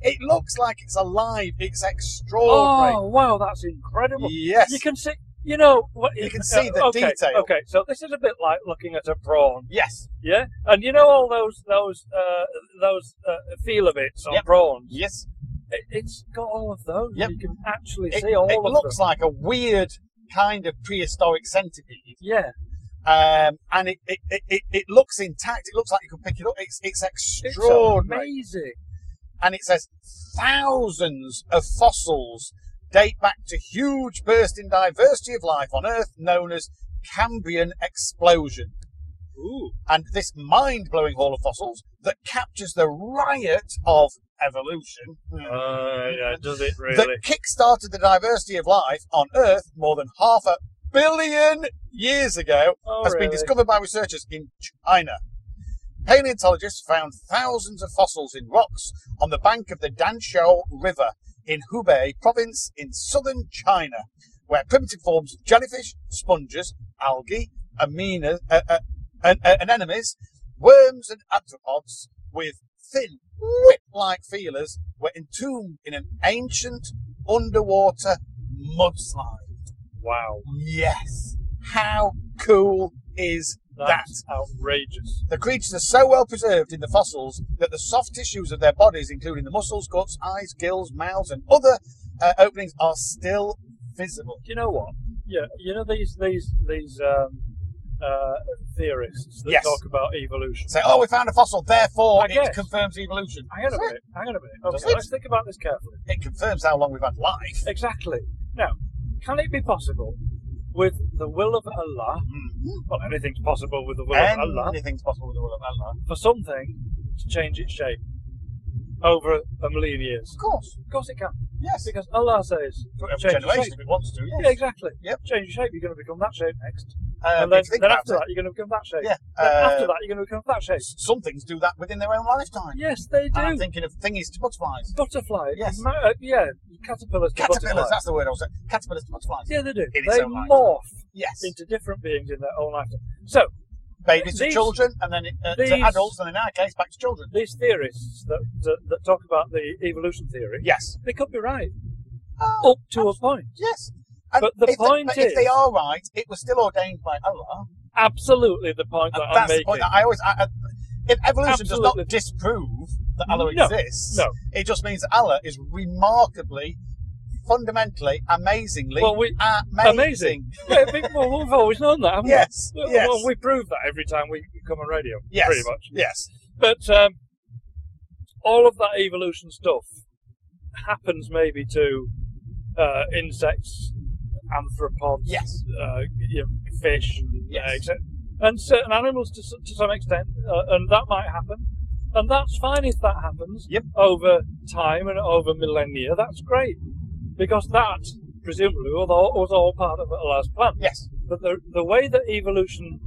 It looks like it's alive, it's extraordinary.
Oh, wow, that's incredible.
yes.
Oh. You can see, you know, what uh,
You can see the
okay,
detail.
Okay, so this is a bit like looking at a prawn,
Yes.
yeah? And you know all those those uh, those uh, feeler bits on
Yep.
prawns?
Yes.
It, it's got all of those.
Yep.
You can actually
It,
see all
it
of
looks
them.
like a weird kind of prehistoric centipede.
Yeah.
um, and it, it, it- it, it looks intact. It looks like you can pick it up. It's, it's
It's
extraordinary.
amazing.
and it says thousands of fossils date back to huge burst in diversity of life on Earth known as Cambrian explosion.
Ooh.
And this mind blowing haul of fossils that captures the riot of evolution
Uh, yeah, does it really?
that kickstarted the diversity of life on Earth more than half a billion years ago
Oh,
has been
really?
discovered by researchers in China. Paleontologists found thousands of fossils in rocks on the bank of the Danshou River in Hubei province in southern China, where primitive forms of jellyfish, sponges, algae, amina, uh, uh, an- uh, anemones, worms, and arthropods with thin, whip-like feelers were entombed in an ancient underwater mudslide.
Wow.
Yes. How cool is that?
That's outrageous.
The creatures are so well preserved in the fossils that the soft tissues of their bodies, including the muscles, guts, eyes, gills, mouths, and other uh, openings, are still visible.
Do you know what? Yeah, you know these these these um, uh, theorists that
Yes.
talk about evolution.
Say, oh, we found a fossil, therefore
I
it
guess.
confirms evolution.
Hang on a
Does it?
minute. Hang on a minute. Okay,
Does it?
let's think about this carefully.
It confirms how long we've had life.
Exactly. Now, can it be possible, with the will of Allah? Well, anything's possible with the will of Allah.
Anything's Mm-hmm. possible with the will of Allah.
For something to change its shape over a million years.
Of course.
Of course it can,
Yes.
because Allah says
Every
change your
generation,
shape.
if it wants to. Yes.
Yeah, exactly.
Yep.
Change your shape, you're going to become that shape next.
Um,
and then,
if you think
then
about
after
it,
that, you're going to become that shape.
Yeah.
Then after
uh,
that, you're going to become that shape.
some things do that within their own lifetime.
Yes, they
And I'm
do.
thinking of thingies to butterflies.
Butterfly.
Yes.
ma- uh, yeah, caterpillars. to
Caterpillars,
butterflies.
that's the word I was saying. Caterpillars to butterflies.
Yeah, they do.
In its
They
own life.
morph
Yes.
into different beings in their own lifetime. So
Babies to
These-
children, and then uh, to
these-
adults, and in our case, back to children.
these theorists that, that that talk about the evolution theory,
Yes.
they could be right
Oh,
up to a point.
yes. And
But the
if they-
point
but if they
is-
are right, it was still ordained by Allah.
Absolutely, the point
And
that I'm
that's the
making.
point that I always. I, I, If evolution does
Absolutely.
not disprove that Allah
No,
exists,
no.
it just means that Allah is remarkably, fundamentally, amazingly
Well, we-
amazing.
Amazing. yeah, we, well, we've always known that, haven't
Yes,
we? Well,
yes.
Well, we prove that every time we come on radio.
Yes,
Pretty much.
Yes,
But um, all of that evolution stuff happens maybe to uh, insects, arthropods,
Yes.
uh, you know, fish,
Yes.
uh, etc. and certain animals to, s- to some extent, uh, and that might happen. And that's fine if that happens
Yep.
over time and over millennia. That's great because that presumably was all, was all part of Allah's plan.
yes.
But the, the way that evolution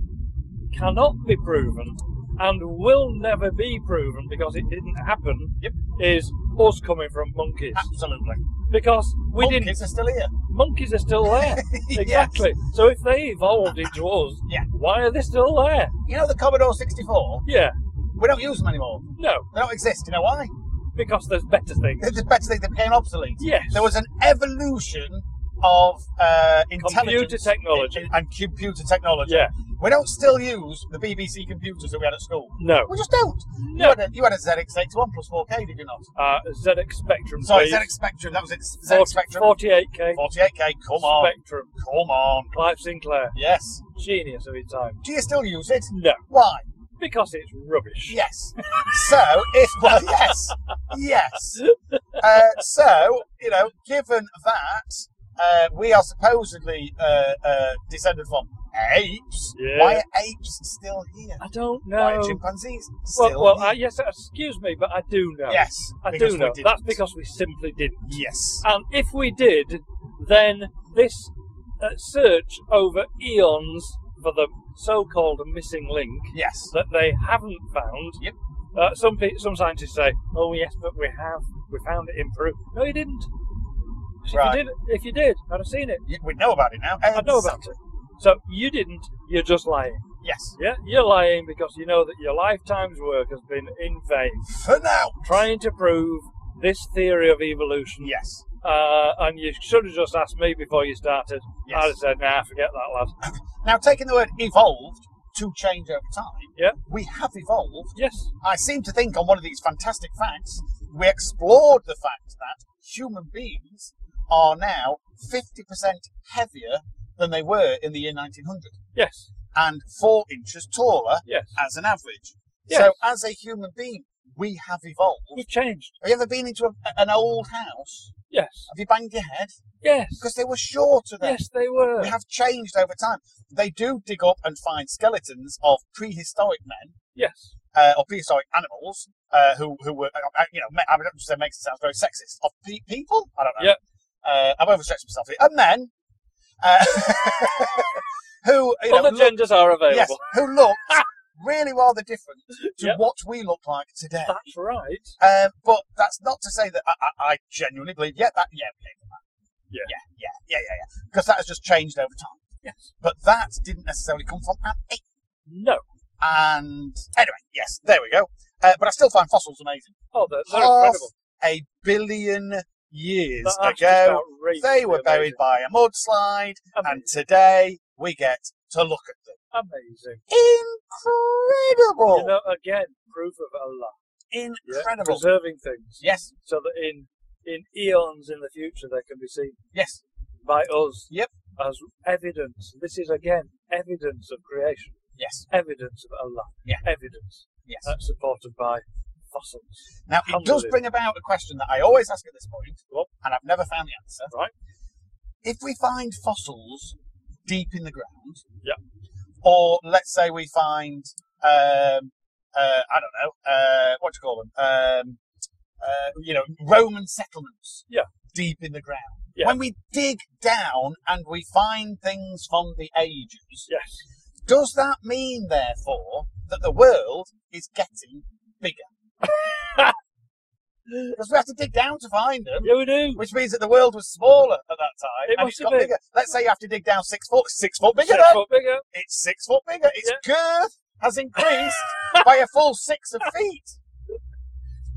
cannot be proven and will never be proven because it didn't happen
Yep.
is us coming from monkeys.
Absolutely.
Because we
Monkeys
didn't.
are still here.
Monkeys are still there.
Yes.
exactly. So if they evolved into us,
Yeah.
why are they still there?
You know the Commodore 64?
Yeah.
We don't use them anymore.
No,
They don't exist. You know why?
because there's better things.
They're the better thing. They became obsolete.
Yes.
There was an evolution of uh, intelligence,
Computer technology.
and computer technology.
Yeah.
We don't still use the BBC computers that we had at school.
No.
We just don't.
No.
You, had a, you had a ZX81 plus 4K, did you not?
Uh, ZX Spectrum.
Sorry,
please.
ZX Spectrum. That was it. ZX
40-
Spectrum. Oh,
48K
48K. Come on.
Spectrum.
Come on.
Clive Sinclair.
Yes.
Genius of his time.
Do you still use it?
No.
Why?
Because it's rubbish.
Yes. So if well, yes, yes. Uh, so you know, given that uh, we are supposedly uh, uh, descended from apes,
Yeah.
why are apes still here?
I don't
Why are
know.
chimpanzees
Well,
still
well
here?
I, yes, excuse me, but I do know.
yes,
I
because
do
we
know.
didn't.
That's because we simply didn't.
yes,
And if we did, then this uh, search over eons for the so-called missing link
yes,
that they haven't found.
Yep.
Uh, some pe- some scientists say, "Oh yes, but we have. We found it in Peru." No, you didn't. 'Cause
Right.
If you did, if you did, I'd have seen it.
Y- we know about it now.
I know about it. So you didn't. You're just lying.
Yes,
Yeah, you're lying because you know that your lifetime's work has been in vain
for now.
trying to prove this theory of evolution.
Yes,
Uh, and you should have just asked me before you started.
Yes.
I'd have said, nah, forget that, lad.
now taking the word evolved to change over time.
Yeah.
we have evolved.
Yes.
I seem to think on one of these fantastic facts, we explored the fact that human beings are now 50% heavier than they were in the year 1900
Yes.
and four inches taller
Yes.
as an average.
Yes.
So, as a human being, we have evolved.
We've changed.
Have you ever been into a, an old house?
Yes.
Have you banged your head?
Yes.
Because they were shorter then.
Yes, they were.
We have changed over time. They do dig up and find skeletons of prehistoric men
Yes.
uh, or prehistoric animals uh, who who were uh, you know ma- I mean, that makes it sound very sexist of pe- people. I don't know.
Yep.
Uh, I've overstretched myself here. And men uh, who you know,
Other
look-
genders are available.
yes, who looked really rather different to
Yep.
what we look like today.
That's right.
Um, but that's not to say that I, I, I genuinely believe. Yeah, that. Yeah.
Yeah.
Yeah. Yeah. Yeah. Yeah. Yeah. Because that has just changed over time.
Yes.
But that didn't necessarily come from an ape.
No.
And anyway, yes, there we go. Uh, but I still find fossils amazing.
Oh, they're, they're
Half
incredible.
a billion years
That- that's just
ago,
outrageously
they were buried
amazing.
by a mudslide, and
Amazing.
today we get to look at them.
amazing.
Incredible!
You know, again, proof of Allah. Yeah.
Incredible.
Preserving things.
Yes,
So that in in eons in the future they can be seen.
yes,
by us
Yep.
as evidence. This is again evidence of creation,
yes,
evidence of Allah,
Yeah.
evidence
yes.
that's supported by fossils.
now, it does
Alhamdulillah.
bring about a question that I always ask at this point,
Well.
and I've never found the answer.
Right.
If we find fossils deep in the ground,
Yeah.
or let's say we find, um, uh, I don't know, uh, what do you call them? Um, uh, you know, Roman settlements.
Yeah.
Deep in the ground.
Yeah.
When we dig down and we find things from the ages,
Yes,
does that mean, therefore, that the world is getting bigger? Because we have to dig down to find them,
yeah, we do.
which means that the world was smaller at that time,
It
and
must
it's
have
got
been.
bigger. Let's say you have to dig down six foot, six foot bigger.
Six
then.
foot bigger.
It's six foot bigger. Its girth has increased by a full six of feet.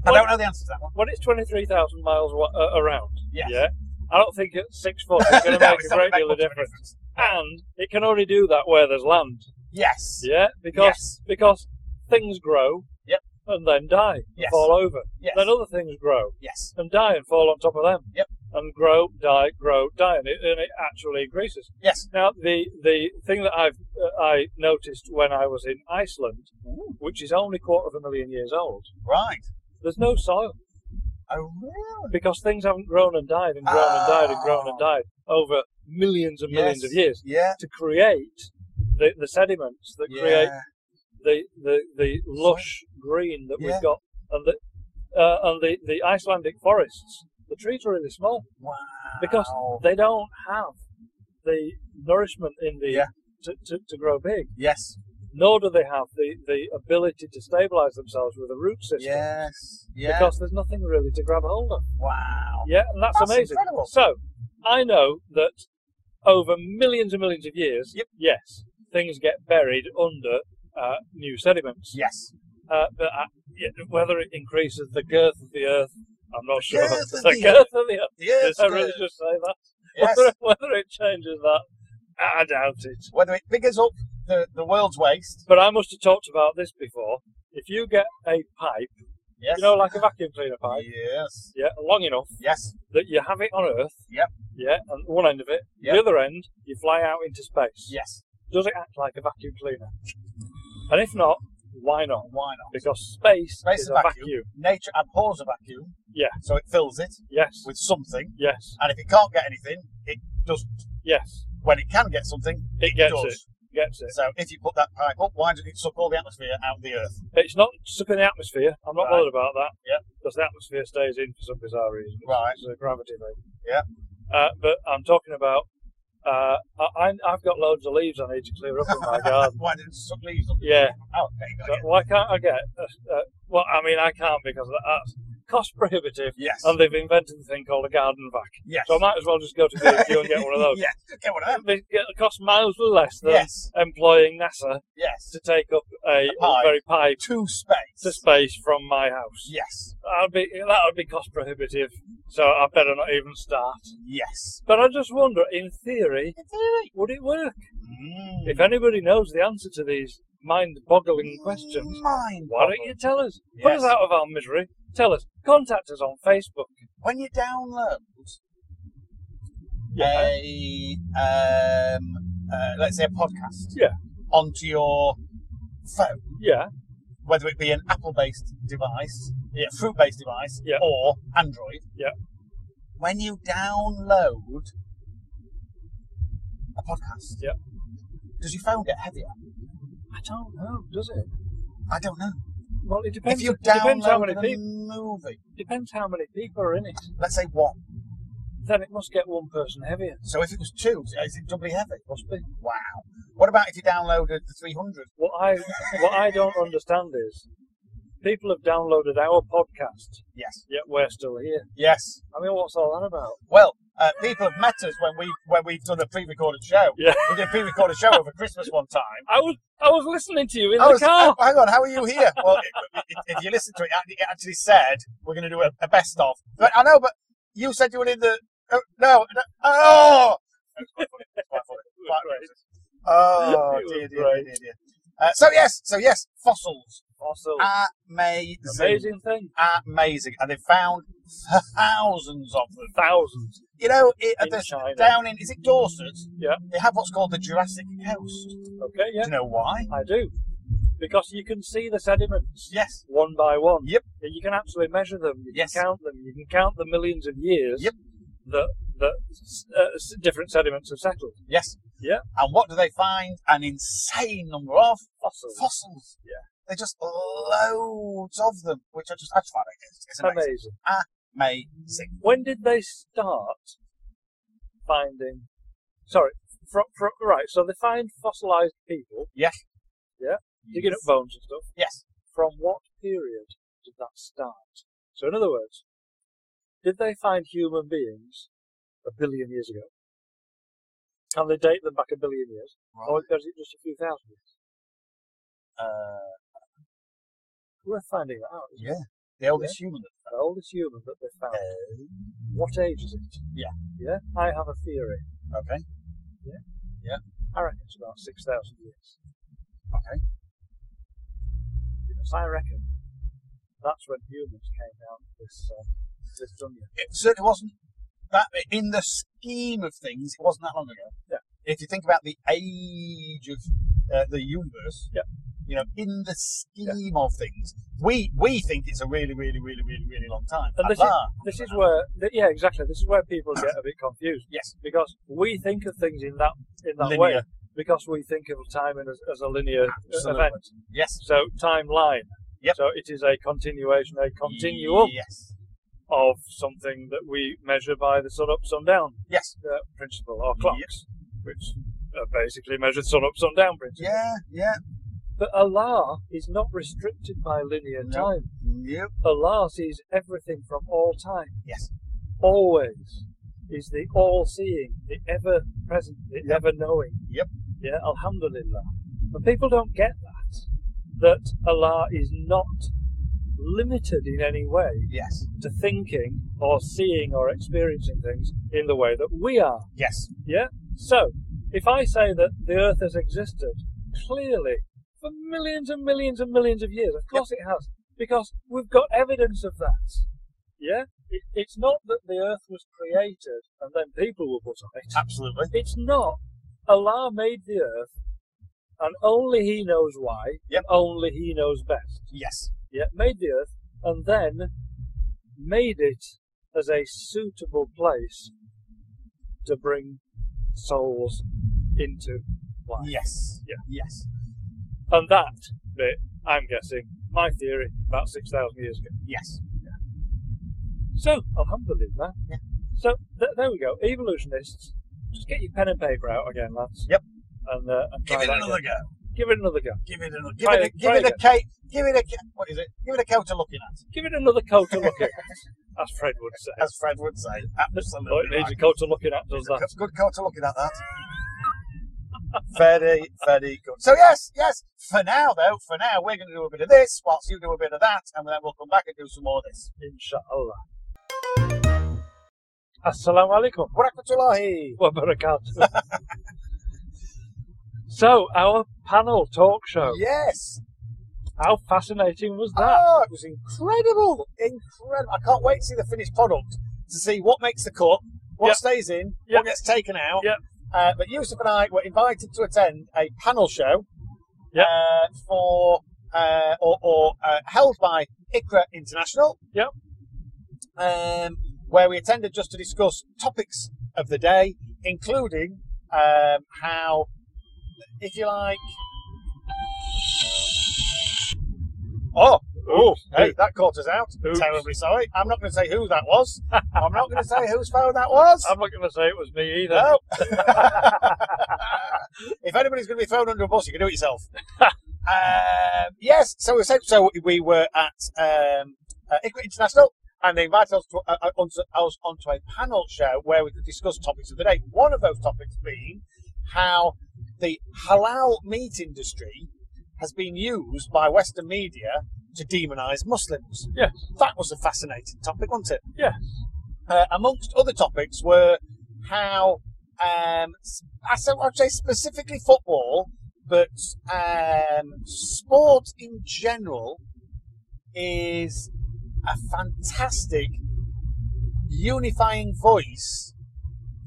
I
What-
don't know the answer to that one.
When it's twenty-three thousand miles wa- uh, around,
Yes.
yeah, I don't think it's six foot is going to
No,
make
it's
a
not
great
gonna
deal of
much a
difference. And it can only do that where there's land,
Yes.
yeah, because
Yes.
because things grow.
Yep.
And then die. and
Yes.
Fall over.
Yes.
Then other things grow
Yes.
and die and fall on top of them.
Yep.
And grow, die, grow, die, and it, and it actually increases.
Yes.
Now, the the thing that I've uh, I noticed when I was in Iceland,
Mm.
which is only quarter of a million years old,
Right.
there's no soil
Oh, really?
because things haven't grown and died and grown and died and grown and died over millions and millions
Ah. Yes.
of years
Yeah.
to create the, the sediments that create
Yeah.
the, the, the lush green that
Yeah.
we've got and the uh, and the, the Icelandic forests. The trees are really small
Wow.
because they don't have the nourishment in the
Yeah.
to, to, to grow big,
Yes.
nor do they have the, the ability to stabilize themselves with a root system
Yes. Yeah.
because there's nothing really to grab hold of.
wow.
Yeah, and that's,
That's
amazing.
incredible.
So I know that over millions and millions of years,
Yep.
yes, things get buried under uh, new sediments.
Yes.
Uh, but I, yeah, whether it increases the girth of the earth, I'm not sure.
girth of the
girth of the earth.
Yes.
Did I really
good.
just say that?
yes.
Whether, whether it changes that, I doubt it.
Whether it biggers up the, the world's waste.
But I must have talked about this before. If you get a pipe,
Yes.
you know, like a vacuum cleaner pipe,
yes.
yeah, long enough
Yes.
that you have it on Earth.
Yep.
Yeah, on one end of it.
Yep.
The other end, you fly out into space.
Yes.
Does it act like a vacuum cleaner? And if not, why not?
Why not?
Because space,
Space
is
is
a
vacuum.
vacuum.
Nature abhors a vacuum.
Yeah.
So it fills it
Yes.
with something.
yes.
And if it can't get anything, it doesn't.
Yes.
When it can get something,
It gets it.
does.
Gets it.
So if you put that pipe up, why doesn't it suck all the atmosphere out of the earth?
It's not stuck in the atmosphere. I'm not
Right.
bothered about that.
Yep.
Because the atmosphere stays in for some bizarre reason. It's-
Right.
It's a gravity thing.
Yep.
Uh, but I'm talking about. Uh, I, I- I've got loads of leaves I need to clear up in my garden.
Why didn't it suck leaves up?
Yeah.
Oh, okay, got
So
you.
why can't I get? Uh, uh, well, I mean, I can't because that's cost prohibitive,
Yes.
and they've invented a thing called a garden vac.
yes.
um, So I might as well just go to BQ and get one of those.
yeah. Get one of them.
They get- cost miles less than
Yes.
employing NASA
Yes.
to take up a,
A pipe.
very pipe
Two space.
to space from my house.
Yes.
That'd be that would be cost prohibitive, so I better not even start.
Yes.
But I just wonder, in theory, would it work?
Mm.
If anybody knows the answer to these mind-boggling questions,
Mind.
Why don't you tell us? Put
Yes.
us out of our misery. Tell us. Contact us on Facebook.
When you download a, um, uh, let's say a podcast,
Yeah.
onto your phone,
Yeah.
whether it be an Apple-based device,
Yeah.
fruit-based device,
Yeah.
or Android,
Yeah.
When you download a podcast,
Yeah.
does your phone get heavier?
I don't know, does it?
I don't know.
Well, it depends.
if you
depends how many
download a
people.
movie,
Depends how many people are in it.
let's say one.
Then it must get one person heavier.
So if it was two, is it doubly heavy?
Must be.
Wow. What about if you downloaded the 300?
What I what I don't understand is people have downloaded our podcast,
Yes.
yet we're still here.
Yes.
I mean, what's all that about?
Well, uh, people have met us when we when we've done a pre-recorded show.
Yeah.
We did a pre-recorded show over Christmas one time.
I was I was listening to you in
I
the
was- "Oh,
car.
hang on, how are you here? Well, i i if you listen to it, it actually said we're going to do a, a best of. But I know, but you said you were in the oh, no, no oh. It's quite funny. It's quite funny. Oh
It was
dear, dear, dear,
great.
dear, dear. Uh, so yes, so yes, fossils.
Also,
Amazing.
amazing thing.
amazing, and they found thousands of them.
Thousands
You know, it,
in
there's-
China.
down in is it Dorset?
Yeah.
They have what's called the Jurassic Coast.
Okay. Yeah.
Do you know why?
I do. Because you can see the sediments
Yes.
one by one.
Yep.
And You can actually measure them. You
Yes.
can count them. You can count the millions of years
Yep.
that, that uh, s- different sediments have settled.
Yes.
Yeah.
And what do they find? An insane number of
Fossils.
fossils.
Yeah.
They just loads of them, which I just I just find it, it's, it's amazing.
Amazing.
amazing.
When did they start finding. Sorry. From, from, right, so they find fossilized people, digging up bones and stuff.
Yes.
From what period did that start? So, in other words, did they find human beings a billion years ago? Can they date them back a billion years? Or
Right.
is it just a few thousand years?
Uh,
We're finding that out. isn't
yeah. The oldest human.
it? The oldest human that they found. What age is it?
uh, Yeah.
Yeah? I have a theory.
Okay.
I reckon it's about 6,000 years.
Okay.
So I reckon that's when humans came down to this uh, this dungeon.
It certainly wasn't that in the scheme of things. It wasn't that long ago.
Yeah.
If you think about the age of uh, the universe,
Yeah.
you know, in the scheme of things, we we think it's a really, really, really, really, really long time.
And this is,
Allah.
this is where, th- yeah, exactly. This is where people get a bit confused.
Yes.
because we think of things in that in that
Linear.
way because we think of time in as, as a linear uh,
Absolutely.
event.
yes,
So timeline.
Yep.
So it is a continuation, a continuum
Yes,
of something that we measure by the sun up, sun down
yes,
uh, principle or clocks, which are basically measure sun up, sun down principle.
yeah, yeah.
But Allah is not restricted by linear
No.
time.
Yep.
Allah sees everything from all time,
Yes.
always. Is the all-seeing, the ever-present, the
Yep.
ever-knowing.
Yep.
Yeah, Alhamdulillah. But people don't get that that Allah is not limited in any way
Yes.
to thinking or seeing or experiencing things in the way that we are.
Yes.
Yeah? So, if I say that the Earth has existed, clearly, for millions and millions and millions of years, of course it has, because we've got evidence of that. Yeah? It, it's not that the Earth was created and then people were put on it.
Absolutely.
It's not. Allah made the Earth, and only He knows why,
Yep.
and only He knows best.
Yes.
Yeah, made the Earth, and then made it as a suitable place to bring souls into life.
Yes.
Yeah.
Yes.
And that bit, I'm guessing, my theory, about 6,000 years ago.
Yes.
So, alhamdulillah.
Yeah.
So, th- there we go. Evolutionists, just get your pen and paper out again, lads.
Yep.
And, uh, and
Give
try
it
that
another
again.
go.
Give it another go.
Give it another. Give
Try
it. A,
it-
give
try
it a cake. Give it a. ca- What is it? Give it a cow to looking at,
Give it another coat to look at, as Fred would say.
as Fred would say.
Oh, it
Absolutely.
needs a
right.
coat to looking at, does
It's a
that?
good- Good cow to looking at that. very, very good. So yes, yes. For now, though, for now, we're going to do a bit of this, whilst you do a bit of that, and then we'll come back and do some more of this.
Inshallah. Assalamu alaikum
Wa rahmatullahi.
wa barakatuh. so, our panel talk show.
Yes.
How fascinating was that?
Oh, it was incredible, incredible. I can't wait to see the finished product to see what makes the cut, what
Yep.
stays in,
Yep.
what gets taken out.
Yep.
Uh, but Yusuf and I were invited to attend a panel show
Yep.
uh, for uh, or, or uh, held by ICRA International.
Yep.
Um, where we attended just to discuss topics of the day, including um, how, if you like, oh,
Oh,
Hey, that caught us out.
Oops.
Terribly sorry. I'm not going to say who that was. I'm not going to say whose phone that was.
I'm not going to say it was me either.
No. if anybody's going to be thrown under a bus, you can do it yourself. um, yes. So we said, so we were at um, uh, Iqra International, and they invited us, to, uh, uh, onto, us onto a panel show where we could discuss topics of the day. One of those topics being how the halal meat industry has been used by Western media to demonise Muslims.
Yes.
That was a fascinating topic, wasn't it?
Yes.
Uh, amongst other topics were how, um, s- I said, I'd say specifically football, but um, sport in general is a fantastic unifying voice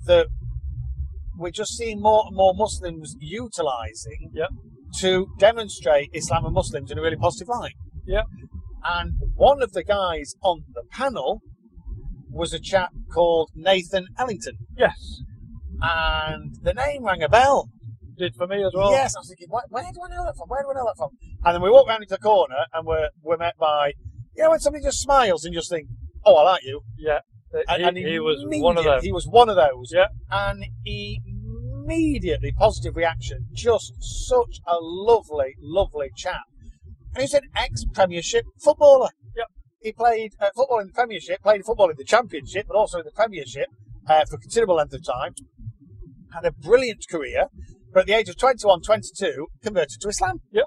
that we're just seeing more and more Muslims utilising
Yep.
to demonstrate Islam and Muslims in a really positive light.
Yep.
And one of the guys on the panel was a chap called Nathan Ellington.
Yes,
And the name rang a bell.
did for me as well.
Yes, I was thinking, where, where do I know that from? Where do I know that from? And then we walk round into the corner and we're, we're met by, you know, when somebody just smiles and you just think, oh, I like you.
Yeah, Uh,
And,
he,
and
he was one of them.
immediate- He was one of those.
Yeah.
And immediately positive reaction. Just such a lovely, lovely chap. And he's an ex-Premiership footballer.
Yep.
He played uh, football in the Premiership, played football in the Championship, but also in the Premiership uh, for a considerable length of time. Had a brilliant career, but at the age of 21, 22, converted to Islam.
Yep.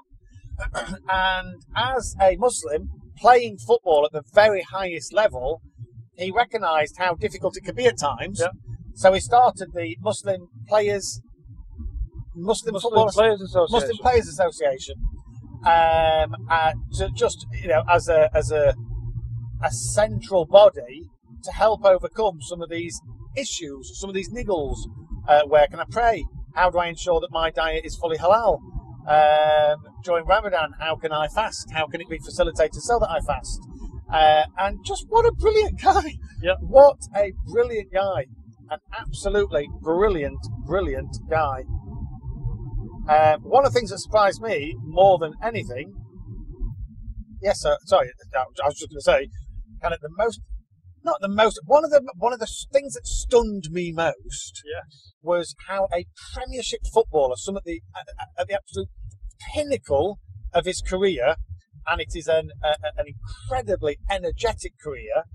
and as a Muslim, playing football at the very highest level, he recognised how difficult it could be at times.
Yep.
So he started the Muslim Players Muslim,
Muslim
Football
Players Association.
Muslim Players Association, um, uh, to just you know as a as a a central body to help overcome some of these issues, some of these niggles. Uh, where can I pray? How do I ensure that my diet is fully halal? Um, during Ramadan, how can I fast? How can it be facilitated so that I fast? Uh, and just what a brilliant guy!
Yep.
What a brilliant guy! An absolutely brilliant, brilliant guy. Um, one of the things that surprised me more than anything, yes, sir, sorry, I was just going to say, kind of the most, not the most, one of the one of the things that stunned me most
Yes.
was how a Premiership footballer, some at the at, at the absolute pinnacle of his career, and it is an a, a- an incredibly energetic career,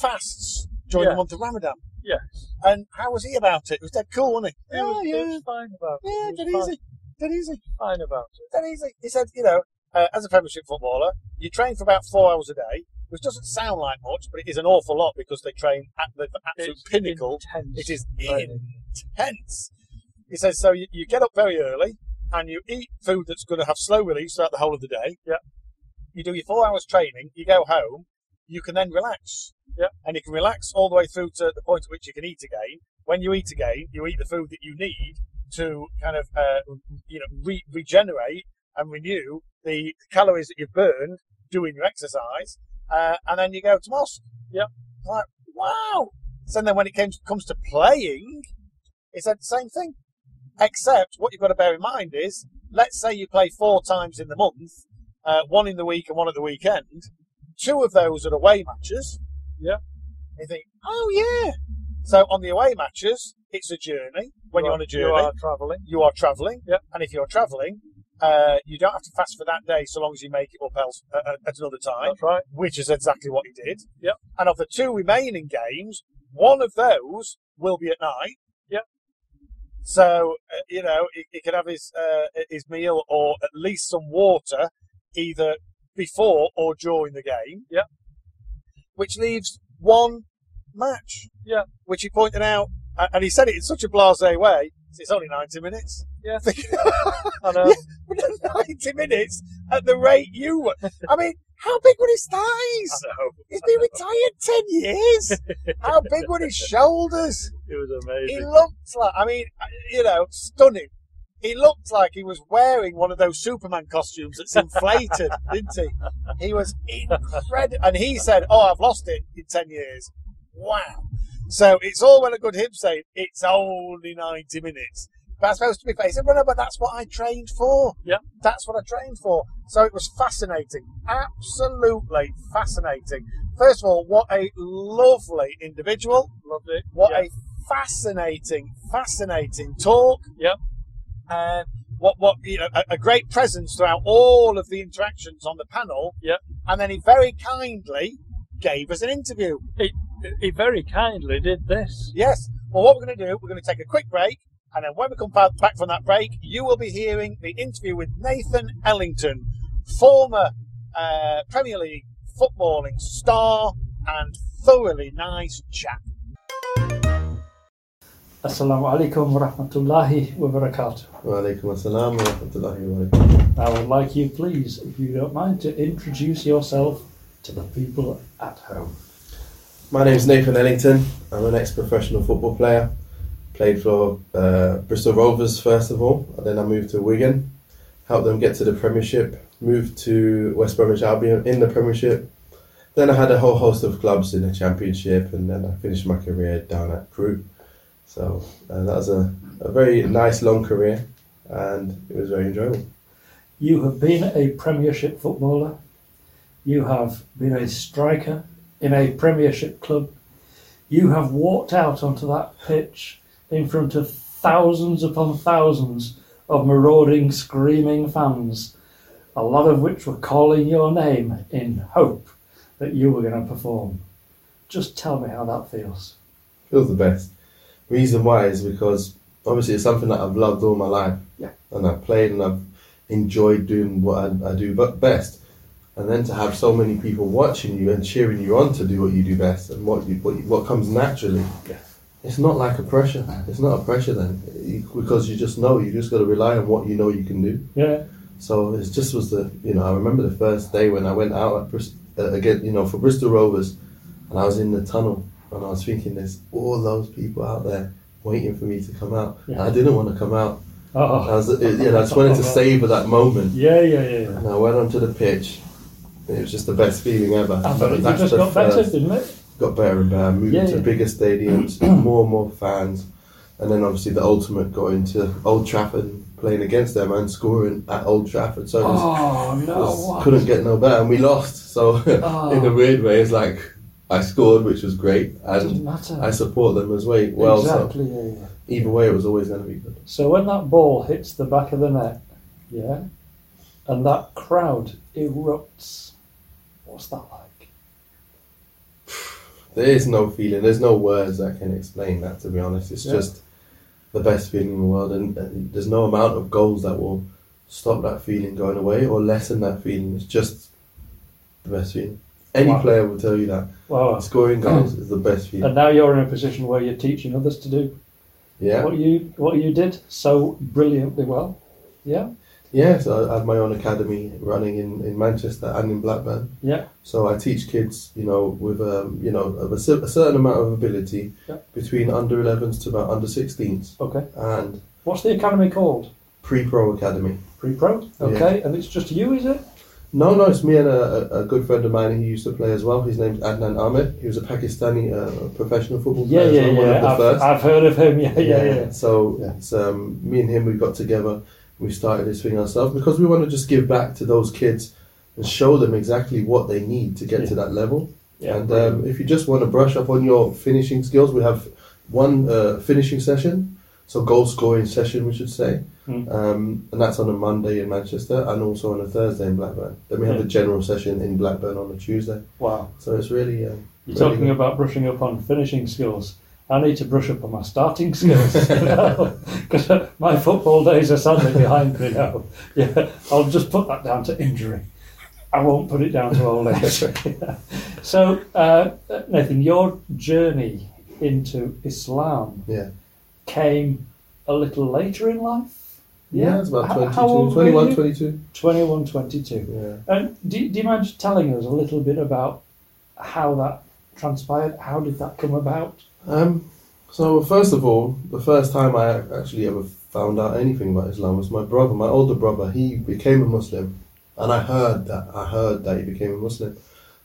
fasts during
Yeah.
the month of Ramadan.
Yes.
And how was he about it? It was dead cool, wasn't he?
He was, he was fine about it. He
yeah,
was
dead
fine,
easy, dead easy
fine about it.
then he's, he said, you know, uh, as a Premiership footballer, you train for about four hours a day, which doesn't sound like much, but it is an awful lot because they train at the absolute
It's
pinnacle.
intense
It is
training.
intense. He says, so you, you get up very early and you eat food that's going to have slow release throughout the whole of the day.
Yep.
You do your four hours training, you go home, you can then relax.
Yep.
And you can relax all the way through to the point at which you can eat again. When you eat again, you eat the food that you need to kind of uh, you know re- regenerate and renew the calories that you've burned doing your exercise, uh, and then you go to mosque.
Yep.
Like wow. So then when it came comes to playing, it's the same thing, except what you've got to bear in mind is let's say you play four times in the month, uh, one in the week and one at the weekend. Two of those are away matches.
Yep.
You think, oh yeah. So on the away matches, it's a journey. When
You
you're
are-
on a journey,
you are travelling.
you are travelling,
Yep.
and if you're travelling, uh, you don't have to fast for that day so long as you make it up else uh, uh, at another time,
That's right.
which is exactly what he did.
Yep.
And of the two remaining games, one of those will be at night.
Yep.
So uh, you know he, he can have his uh, his meal or at least some water, either before or during the game.
Yep.
Which leaves one match.
Yeah.
Which he pointed out, a- and he said it in such a blasé way. It's only ninety minutes.
Yes.
Thinking,
I know.
Yeah. 90 minutes at the rate you were. I mean, how big would his
I
thighs?
know.
He's been retired 10 years. How big were his shoulders?
It was
He
amazing.
looked like, I mean, you know, stunning. He looked like he was wearing one of those Superman costumes that's inflated, didn't he? He was incredible. And he said, Oh, I've lost it in 10 years. Wow. So it's all well and good him saying, It's only 90 minutes. But that's supposed to be fair. He said, Well, no, but that's what I trained for.
Yeah.
That's what I trained for. So it was fascinating. Absolutely fascinating. First of all, what a lovely individual.
Loved it.
What
yeah.
a fascinating, fascinating talk.
Yep.
Uh, what, what, you know, a, a great presence throughout all of the interactions on the panel.
Yep.
And then he very kindly gave us an interview.
He, he very kindly did this.
Yes. Well, what we're going to do, we're going to take a quick break. And then when we come fa- back from that break, you will be hearing the interview with Nathan Ellington, former uh, Premier League footballing star and thoroughly nice chap.
Assalamu alaikum wa rahmatullahi wa barakatuh.
Walaikum assalam wa rahmatullahi wa barakatuh.
I would like you, please, if you don't mind, to introduce yourself to the people at home.
My name's Nathan Ellington. I'm an ex-professional football player. Played for uh, Bristol Rovers first of all, and then I moved to Wigan. Helped them get to the Premiership. Moved to West Bromwich Albion in the Premiership. Then I had a whole host of clubs in the Championship, and then I finished my career down at Crewe. So uh, that was a, a very nice long career, and it was very enjoyable.
You have been a Premiership footballer. You have been a striker in a Premiership club. You have walked out onto that pitch in front of thousands upon thousands of marauding, screaming fans, a lot of which were calling your name in hope that you were going to perform. Just tell me how that feels.
feels the best. Reason why is because obviously it's something that I've loved all my life.
Yeah.
And I've played and I've enjoyed doing what I, I do but best. And then to have so many people watching you and cheering you on to do what you do best and what you, what, you, what comes naturally.
Yeah.
It's not like a pressure. It's not a pressure then, You- because you just know you just got to rely on what you know you can do.
Yeah,
So it just was the you know I remember the first day when I went out at Brist- uh, again you know for Bristol Rovers, and I was in the tunnel and I was thinking there's all those people out there waiting for me to come out. And I didn't want to come out. I
Oh,
was uh, you know I just wanted to savor that moment.
yeah, yeah, yeah. yeah.
And I went onto the pitch. It was just the best feeling ever.
I bet it
That's
Ah, just
the
got better,
first-
didn't it?
got better and better, moving
Yeah,
to
yeah.
bigger stadiums, more and more fans. And then obviously the ultimate got into Old Trafford and playing against them and scoring at Old Trafford. So it was,
Oh Oh.
it was-
no! What?
couldn't get no better and we lost. So in a weird way, it's like I scored, which was great.
Doesn't
And
matter.
I support them as well. well
exactly.
So
yeah, yeah.
either way, it was always going to be good.
So when that ball hits the back of the net, yeah, and that crowd erupts, what's that like?
There is no feeling. There's no words that can explain that. To be honest, it's
Yeah.
just the best feeling in the world, and, and there's no amount of goals that will stop that feeling going away or lessen that feeling. It's just the best feeling. Any
Wow.
player will tell you that
Wow.
scoring goals is the best feeling.
And now you're in a position where you're teaching others to do
Yeah,
what you what you did so brilliantly well. Yeah,
yeah. So I have my own academy running in, in Manchester and in Blackburn.
yeah,
So I teach kids, you know, with um, you know of a, cer- a certain amount of ability
Yeah.
between under 11s to about under 16s
okay.
and
What's the academy called?
pre-pro academy.
Pre-pro. Okay, and it's just you, is it?
No, no, it's me and a, a- a good friend of mine who used to play as well. His name's Adnan Ahmed. He was a Pakistani uh, professional football
Yeah,
player,
yeah,
as well, one
yeah.
of the
I've,
first.
I've heard of him. Yeah, yeah, yeah.
So
Yeah.
it's um, me and him. We got together. We started this thing ourselves because we want to just give back to those kids and show them exactly what they need to get to that level.
Yeah,
and um, if you just want to brush up on your finishing skills, we have one uh, finishing session, so goal scoring session, we should say,
Mm.
um, and that's on a Monday in Manchester and also on a Thursday in Blackburn. Then we have
Yeah.
a general session in Blackburn on a Tuesday.
Wow.
So it's really
You're
um, really
talking
good.
about brushing up on finishing skills. I need to brush up on my starting skills because my football days are sadly behind me now. Yeah, I'll just put that down to injury. I won't put it down to old age. So, uh, Nathan, your journey into Islam
yeah.
came a little later in life.
Yeah, it's
H-
about
how
22,
old were
21,
you?
22.
21, 22.
Yeah.
And do, do you mind just telling us a little bit about how that transpired? How did that come about?
Um, so first of all, the first time I actually ever found out anything about Islam was my brother, my older brother. He became a Muslim, and I heard that I heard that he became a Muslim.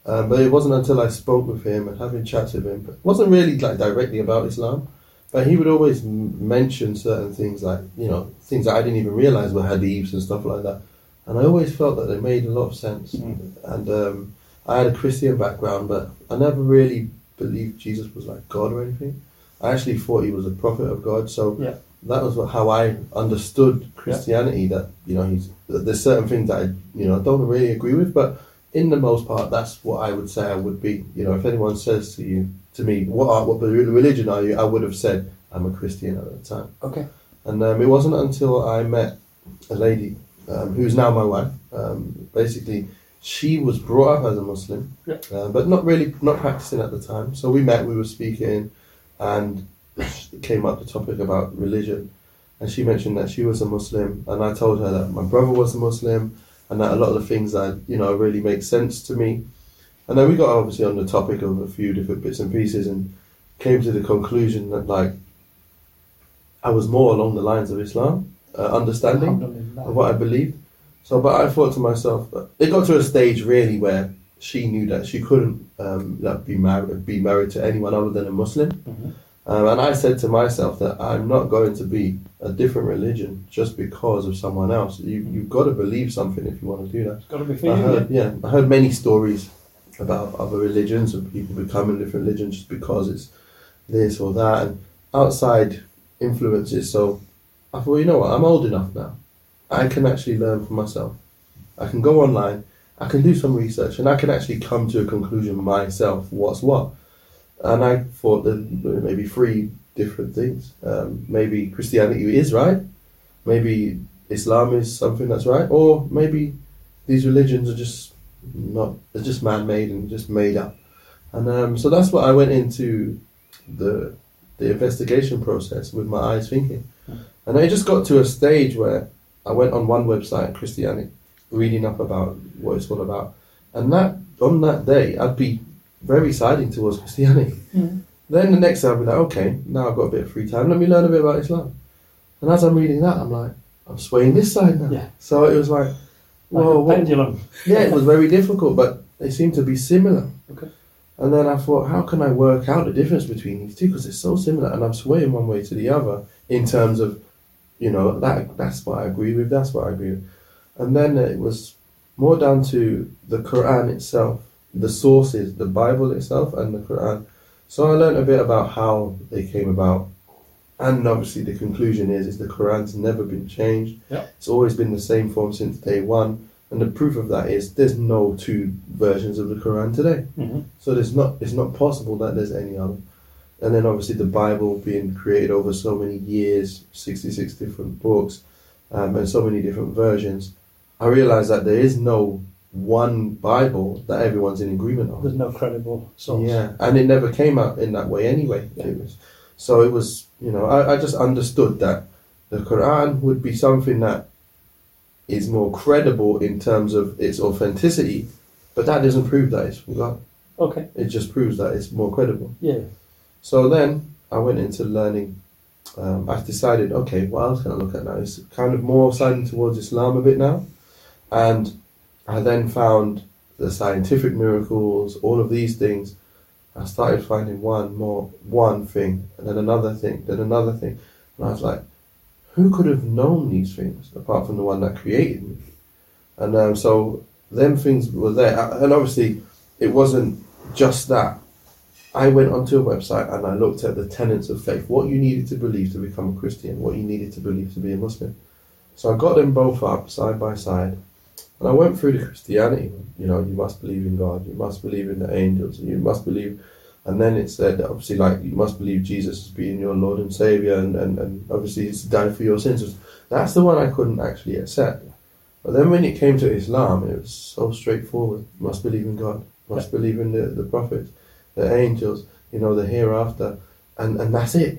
Um, but it wasn't until I spoke with him and having chats with him, but it wasn't really like directly about Islam. But he would always m- mention certain things like you know things that I didn't even realize were hadiths and stuff like that, and I always felt that they made a lot of sense. And um, I had a Christian background, but I never really believed Jesus was like God or anything. I actually thought he was a prophet of God, so
Yeah.
that was what- how I understood Christianity. That you know, he's that there's certain things that I you know don't really agree with, but in the most part, that's what I would say I would be. You know, if anyone says to you to me, "What are, what religion are you?" I would have said, "I'm a Christian" at the time.
Okay.
And um, it wasn't until I met a lady um, who's now my wife. Um, basically, she was brought up as a Muslim,
Yeah.
uh, but not really not practicing at the time. So we met, we were speaking, and it came up the topic about religion. And she mentioned that she was a Muslim, and I told her that my brother was a Muslim, and that a lot of the things that you know really make sense to me. And then we got obviously on the topic of a few different bits and pieces, and came to the conclusion that like I was more along the lines of Islam, uh, understanding
Alhamdulillah.
of what I believed. So, but I thought to myself, it got to a stage really where she knew that she couldn't um, like be married, be married to anyone other than a Muslim.
Mm-hmm.
Um, and I said to myself that I'm not going to be a different religion just because of someone else. You, you've got to believe something if you want to do that.
Mm-hmm. It's got to be for
I
you.
heard, yeah, I heard many stories about other religions and people becoming different religions just because it's this or that and outside influences. So I thought, you know what, I'm old enough now. I can actually learn for myself. I can go online, I can do some research, and I can actually come to a conclusion myself what's what. And I thought that there were maybe three different things. Um, maybe Christianity is right, maybe Islam is something that's right, or maybe these religions are just not they're just man-made and just made up and um, so that's what i went into the the investigation process with my eyes thinking and it just got to a stage where I went on one website, Christiani, reading up about what it's all about, and that on that day I'd be very siding towards Christiani.
Hmm.
Then the next day I'd be like, okay, now I've got a bit of free time. Let me learn a bit about Islam. And as I'm reading that, I'm like, I'm swaying this side now.
Yeah.
So it was like,
Like
whoa,
a
what-
pendulum.
yeah, it was very difficult, but they seemed to be similar.
Okay.
And then I thought, how can I work out the difference between these two? Because they're so similar, and I'm swaying one way to the other in terms of, you know, that that's what I agree with, that's what I agree with. And then it was more down to the Quran itself, the sources, the Bible itself, and the Quran. So I learned a bit about how they came about, and obviously the conclusion is, is the Quran's never been changed.
Yeah.
It's always been the same form since day one. And the proof of that is there's no two versions of the Quran today.
Mhm.
So there's not it's not possible that there's any other. And then obviously the Bible being created over so many years, 66 different books, um, and so many different versions. I realize that there is no one Bible that everyone's in agreement on.
There's no credible source.
Yeah, and it never came out in that way anyway. It was, so it was, you know, I, I just understood that the Quran would be something that is more credible in terms of its authenticity, but that doesn't prove that it's from God.
Okay.
It just proves that it's more credible.
Yeah.
So then I went into learning. Um, I've decided, okay, what else can I look at now? It's kind of more siding towards Islam a bit now. And I then found the scientific miracles, all of these things. I started finding one more, one thing, and then another thing, then another thing. And I was like, who could have known these things apart from the one that created me? And um, so them things were there. And obviously, it wasn't just that. I went onto a website and I looked at the tenets of faith, what you needed to believe to become a Christian, what you needed to believe to be a Muslim. So I got them both up side by side and I went through the Christianity. one. You know, you must believe in God, you must believe in the angels, you must believe. And then it said, obviously, like, you must believe Jesus as being your Lord and Savior, and, and, and obviously, He's died for your sins. That's the one I couldn't actually accept. But then when it came to Islam, it was so straightforward. You must believe in God, you must believe in the, the prophets the angels, you know, the hereafter, and, and that's it.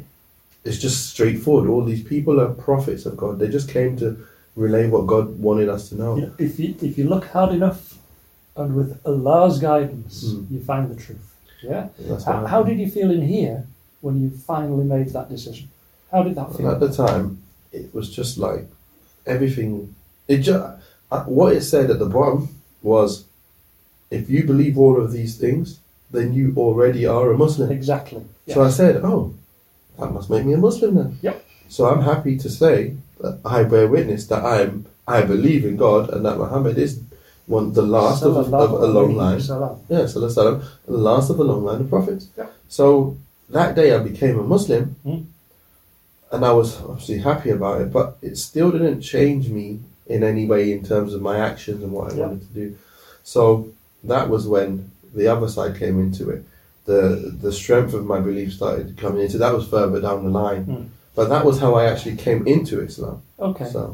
It's just straightforward. All these people are prophets of God. They just came to relay what God wanted us to know.
You know, if you if you look hard enough, and with Allah's guidance,
Mm.
you find the truth. Yeah.
That's
How,
what
how
happened.
did you feel in here when you finally made that decision? How did that
And at
feel?
the time, it was just like everything. It just what it said at the bottom was, if you believe all of these things, then you already are a Muslim.
Exactly.
So I
Yes.
said, oh, that must make me a Muslim then.
Yep.
So I'm happy to say that I bear witness that I'm I believe in God and that Muhammad is one the last of, of
Sallallahu
a long
alayhi
line.
wasallam.
Yeah, Sallallahu Alaihi Wasallam, the last of a long line of prophets.
Yep.
So that day I became a Muslim
Mm.
and I was obviously happy about it, but it still didn't change me in any way in terms of my actions and what I
Yeah.
wanted to do. So that was when the other side came into it. The the strength of my belief started coming into that was further down the line.
Mm.
But that was how I actually came into Islam.
Okay.
So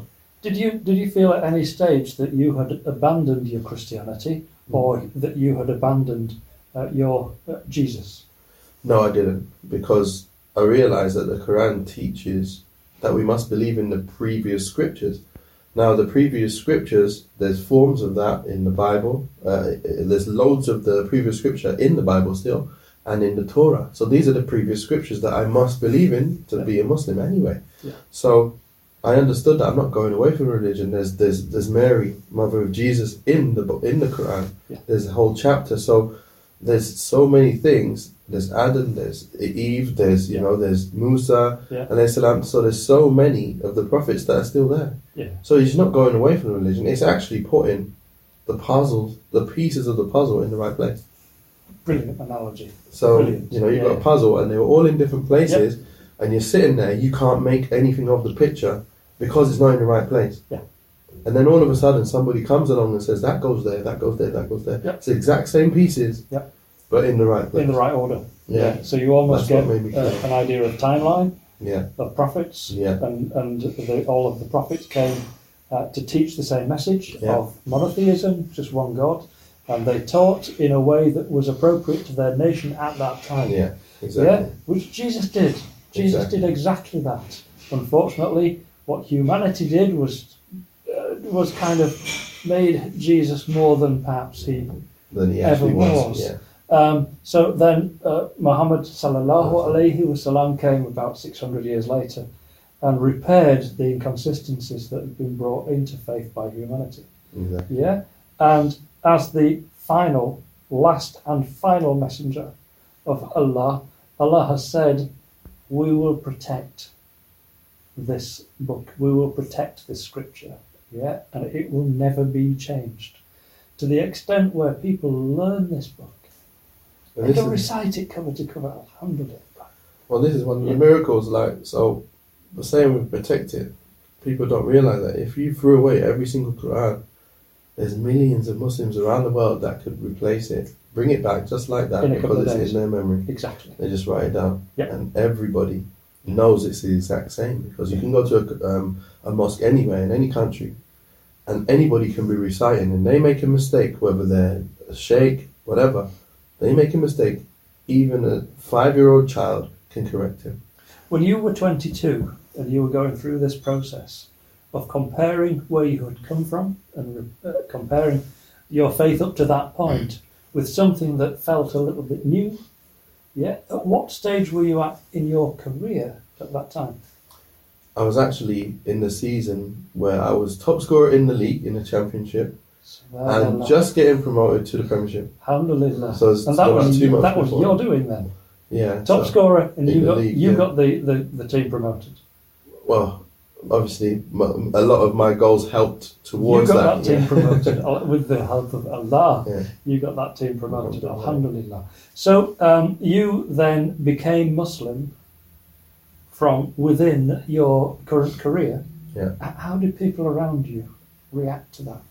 Did you did you feel at any stage that you had abandoned your Christianity,
Hmm.
or that you had abandoned uh, your uh, Jesus?
no I didn't because I realized that the Quran teaches that we must believe in the previous scriptures. Now, the previous scriptures, there's forms of that in the Bible. Uh, there's loads of the previous scripture in the Bible still and in the Torah. So these are the previous scriptures that I must believe in to be a Muslim anyway.
Yeah.
So I understood that I'm not going away from religion. There's there's there's Mary, mother of Jesus, in the bo- in the Quran.
Yeah.
There's a whole chapter. So there's so many things. There's Adam. There's Eve. There's you
Yeah.
know. There's Musa
Yeah.
and Islam. So there's so many of the prophets that are still there.
Yeah.
So it's not going away from religion. It's actually putting the puzzles, the pieces of the puzzle, in the right place.
Brilliant analogy.
So
Brilliant.
you know you've got
Yeah.
a puzzle, and they were all in different places, and you're sitting there. You can't make anything of the picture because it's not in the right place.
Yeah.
And then all of a sudden, somebody comes along and says, "That goes there. That goes there. That goes there."
Yeah.
It's the exact same pieces,
Yeah.
but in the right place.
In the right order.
Yeah.
So you almost
That's
get
what made me
uh,
feel.
an idea of timeline
Yeah.
of prophets,
Yeah.
and and the, all of the prophets came uh, to teach the same message
Yeah.
of monotheism, just one God, and they taught in a way that was appropriate to their nation at that time.
Yeah. Exactly.
Yeah, which Jesus did. Jesus
Exactly.
did exactly that. Unfortunately, what humanity did was
was kind of made Jesus more than perhaps he
than he
Ever
actually was.
was.
Yeah.
Um, so then uh, Muhammad sallallahu alaihi wasallam came about 600 years later and repaired the inconsistencies that had been brought into faith by humanity.
Exactly.
Yeah, and as the final, last and final messenger of Allah, Allah has said, "We will protect this book. We will protect this scripture. Yeah, and it will never be changed." To the extent where people learn this book
And
they
this
can
is-
recite it cover to cover, alhamdulillah.
Well, this is one of the miracles. Like, so the same with protected. People don't realize that if you threw away every single Quran, there's millions of Muslims around the world that could replace it, bring it back just like that
In a couple
because
of
it's
days.
in their memory.
Exactly.
They just write it down,
Yeah.
and everybody knows it's the exact same because you can go to a, um, a mosque anywhere in any country, and anybody can be reciting, and they make a mistake, whether they're a sheikh, whatever, they make a mistake. Even a five-year-old child can correct him.
When you were 22 and you were going through this process of comparing where you had come from and uh, comparing your faith up to that point
Mm.
with something that felt a little bit new, yeah, at what stage were you at in your career at that time?
I was actually in the season where I was top scorer in the league in the championship and
Subhanallah.
just getting promoted to the premiership.
alhamdulillah.
So it's
and that
about
was,
two months
that was
before.
your doing then.
Yeah.
Top
so-
scorer, and
in
you
the
got
league,
you
yeah.
got the, the, the team promoted.
Well, obviously, m- a lot of my goals helped towards
you got that,
yeah.
team promoted al- with the help of Allah.
Yeah.
You got that team promoted,
Alhamdulillah.
alhamdulillah. So um, you then became Muslim from within your current career.
Yeah.
H- How did people around you react to that?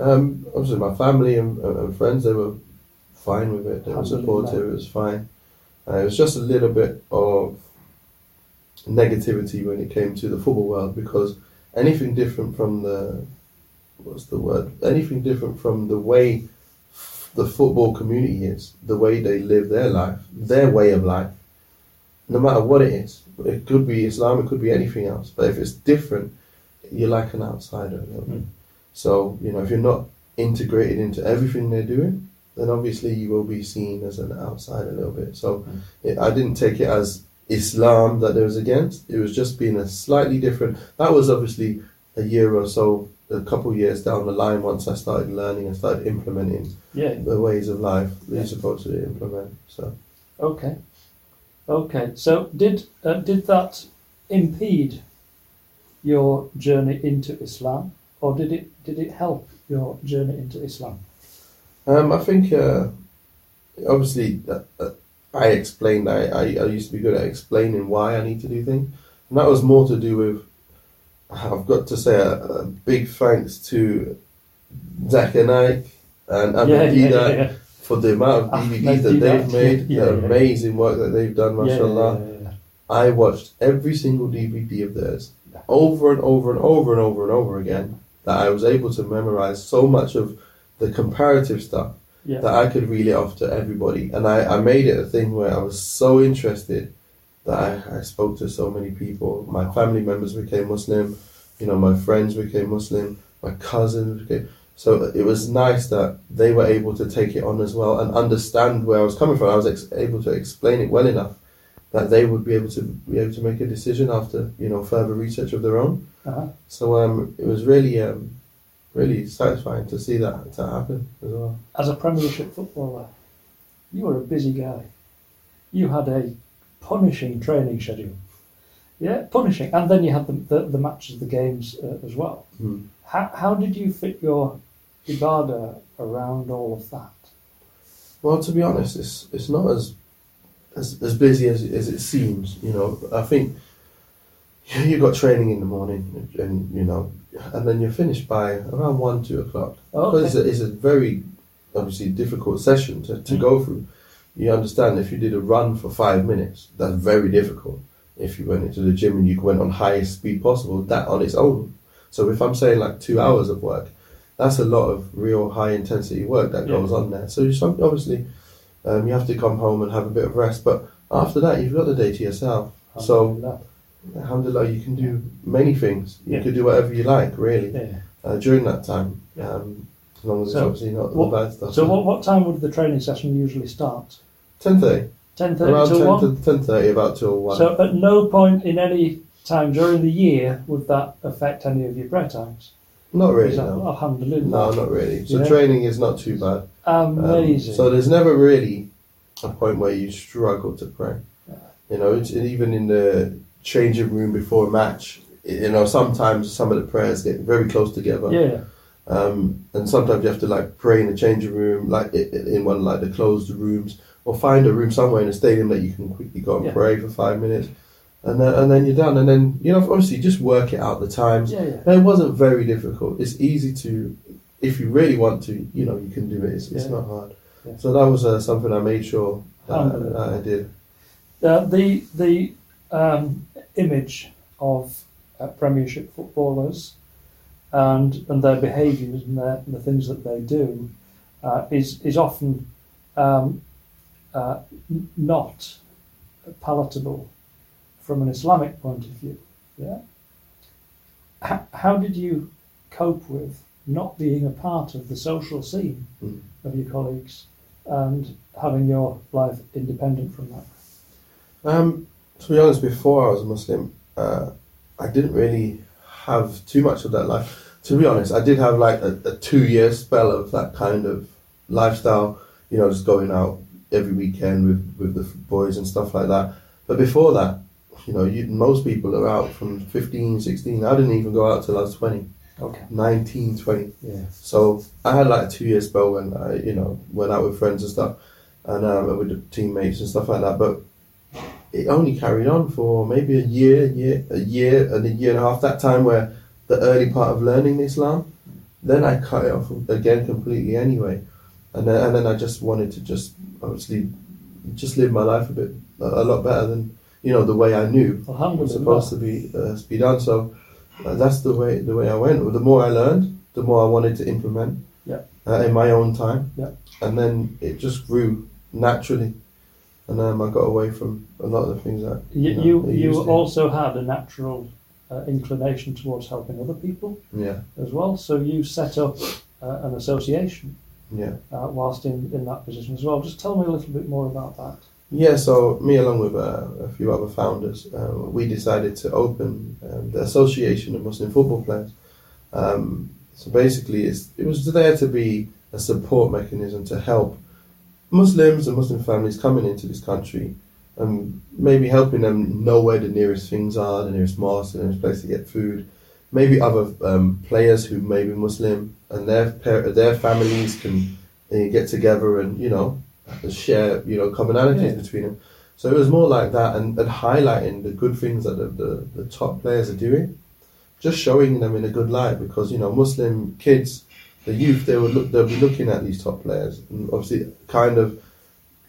Um, obviously, my family and, and and friends they were fine with it. They were
Alhamdulillah.
supportive. It was fine. Uh, it was just a little bit of negativity when it came to the football world because anything different from the what's the word? Anything different from the way f- the football community is, the way they live their life, their way of life. No matter what it is, it could be Islam, it could be anything else. But if it's different, you're like an outsider. A little bit. So, you know, if you're not integrated into everything they're doing, then obviously you will be seen as an outsider a little bit. So it, I didn't take it as Islam that they was against. It was just being a slightly different. That was obviously a year or so, a couple of years down the line once I started learning and started implementing
Yeah.
the ways of life that
Yeah.
you're supposed to implement. So
Okay. Okay. So did uh, did that impede your journey into Islam, or did it did it help your journey into Islam?
um, I think uh, obviously uh, uh, I explained I, I, I used to be good at explaining why I need to do things. And that was more to do with, I've got to say a, a big thanks to Zach and Ike and Abdul for the amount of
Ah,
DVDs
Ahmed
that they've
Didat,
made,
yeah,
the
yeah.
amazing work that they've done,
Yeah, yeah,
mashallah.
yeah, yeah.
I watched every single DVD of theirs over and over and over and over and over again that I was able to memorize so much of the comparative stuff
Yeah.
that I could reel it off to everybody. And I, I made it a thing where I was so interested that I, I spoke to so many people. My family members became Muslim, you know, my friends became Muslim, my cousins became. So it was nice that they were able to take it on as well and understand where I was coming from. I was ex- able to explain it well enough that they would be able to be able to make a decision after you know further research of their own.
Uh-huh.
So um, it was really um, really satisfying to see that to happen as well.
as a Premiership footballer, you were a busy guy. You had a punishing training schedule. Yeah, punishing. And then you had the, the, the matches, the games uh, as well.
Hmm.
How, how did you fit your Ibadah around all of that?
Well, to be honest, it's it's not as as, as busy as, as it seems. You know, I think you got training in the morning, and you know, and then you're finished by around one two o'clock.
Oh, Okay.
Because it's a, it's a very obviously difficult session to, to go through. You understand if you did a run for five minutes, that's very difficult. If you went into the gym and you went on highest speed possible, that on its own. So if I'm saying like two hours of work, that's a lot of real high intensity work that
Yeah.
goes on there. So you some, obviously um, you have to come home and have a bit of rest, but after that you've got the day to yourself. So
Alhamdulillah.
alhamdulillah, you can do many things. You
Yeah.
could do whatever you like, really,
Yeah.
uh, during that time,
Yeah.
um, as long as
So,
it's obviously not
what-
the bad stuff.
So what, what time would the training session usually start?
10.30,
10.30
around
till 1?
10 to 10.30, about till 1.
So at no point in any time during the year would that affect any of your prayer times?
not really,
Is that-
no.
Alhamdulillah.
No, not really. So
oh. Yeah.
training is not too bad. Um,
Amazing.
so there's never really a point where you struggle to pray. You know, it's, and even in the changing room before a match, y- you know, sometimes some of the prayers get very close together.
yeah,
Um, and sometimes you have to like pray in the changing room, like i- i- in one like the closed rooms, or find a room somewhere in the stadium that you can quickly go and
Yeah.
pray for five minutes, and then and then you're done. And then you know, obviously, just work it out the times.
yeah, yeah.
And It wasn't very difficult. It's easy to, if you really want to, you know, you can do it. It's, it's
Yeah.
not hard.
Yeah.
So that was uh, something I made sure that,
Alhamdulillah.
that I did.
Uh, the the um, image of uh, Premiership footballers and and their behaviours and, their, and the things that they do uh, is is often um, uh, n- not palatable from an Islamic point of view. Yeah. H- how did you cope with not being a part of the social scene
Mm.
of your colleagues and having your life independent from that?
Um, to be honest, before I was a Muslim, uh, I didn't really have too much of that life. To be honest, I did have like a, a two year spell of that kind of lifestyle, you know, just going out every weekend with, with the boys and stuff like that. But before that, you know, you, most people are out from 15, 16. I didn't even go out till I was 20,
Okay.
19, 20.
Yeah.
So I had like a two year spell when I, you know, went out with friends and stuff, and um, with the teammates and stuff like that. But it only carried on for maybe a year, year, a year, and a year and a half. That time where the early part of learning Islam, then I cut it off again completely anyway, and then and then I just wanted to just obviously just live my life a bit a, a lot better than you know the way I knew
Alhamdulillah.
was supposed to be uh, be done. So uh, that's the way the way I went. The more I learned, the more I wanted to implement.
Yeah.
Uh, in my own time.
Yeah.
And then it just grew naturally, and um, I got away from a lot of the things that
You
know,
you,
I
you
used to.
also had a natural uh, inclination towards helping other people
yeah
as well. So you set up uh, an association
yeah
uh, whilst in, in that position as well. Just tell me a little bit more about that.
yeah. So me along with uh, a few other founders, uh, we decided to open um, the Association of Muslim Football Players. Um, so basically, it's, it was there to be a support mechanism to help Muslims and Muslim families coming into this country and maybe helping them know where the nearest things are, the nearest mosque, the nearest place to get food. Maybe other um, players who may be Muslim and their par- their families can uh, get together and you know share you know commonalities
Yeah.
between them. So it was more like that and, and highlighting the good things that the, the, the top players are doing just showing them in a good light because you know Muslim kids, the youth, they would look, they'll be looking at these top players and obviously kind of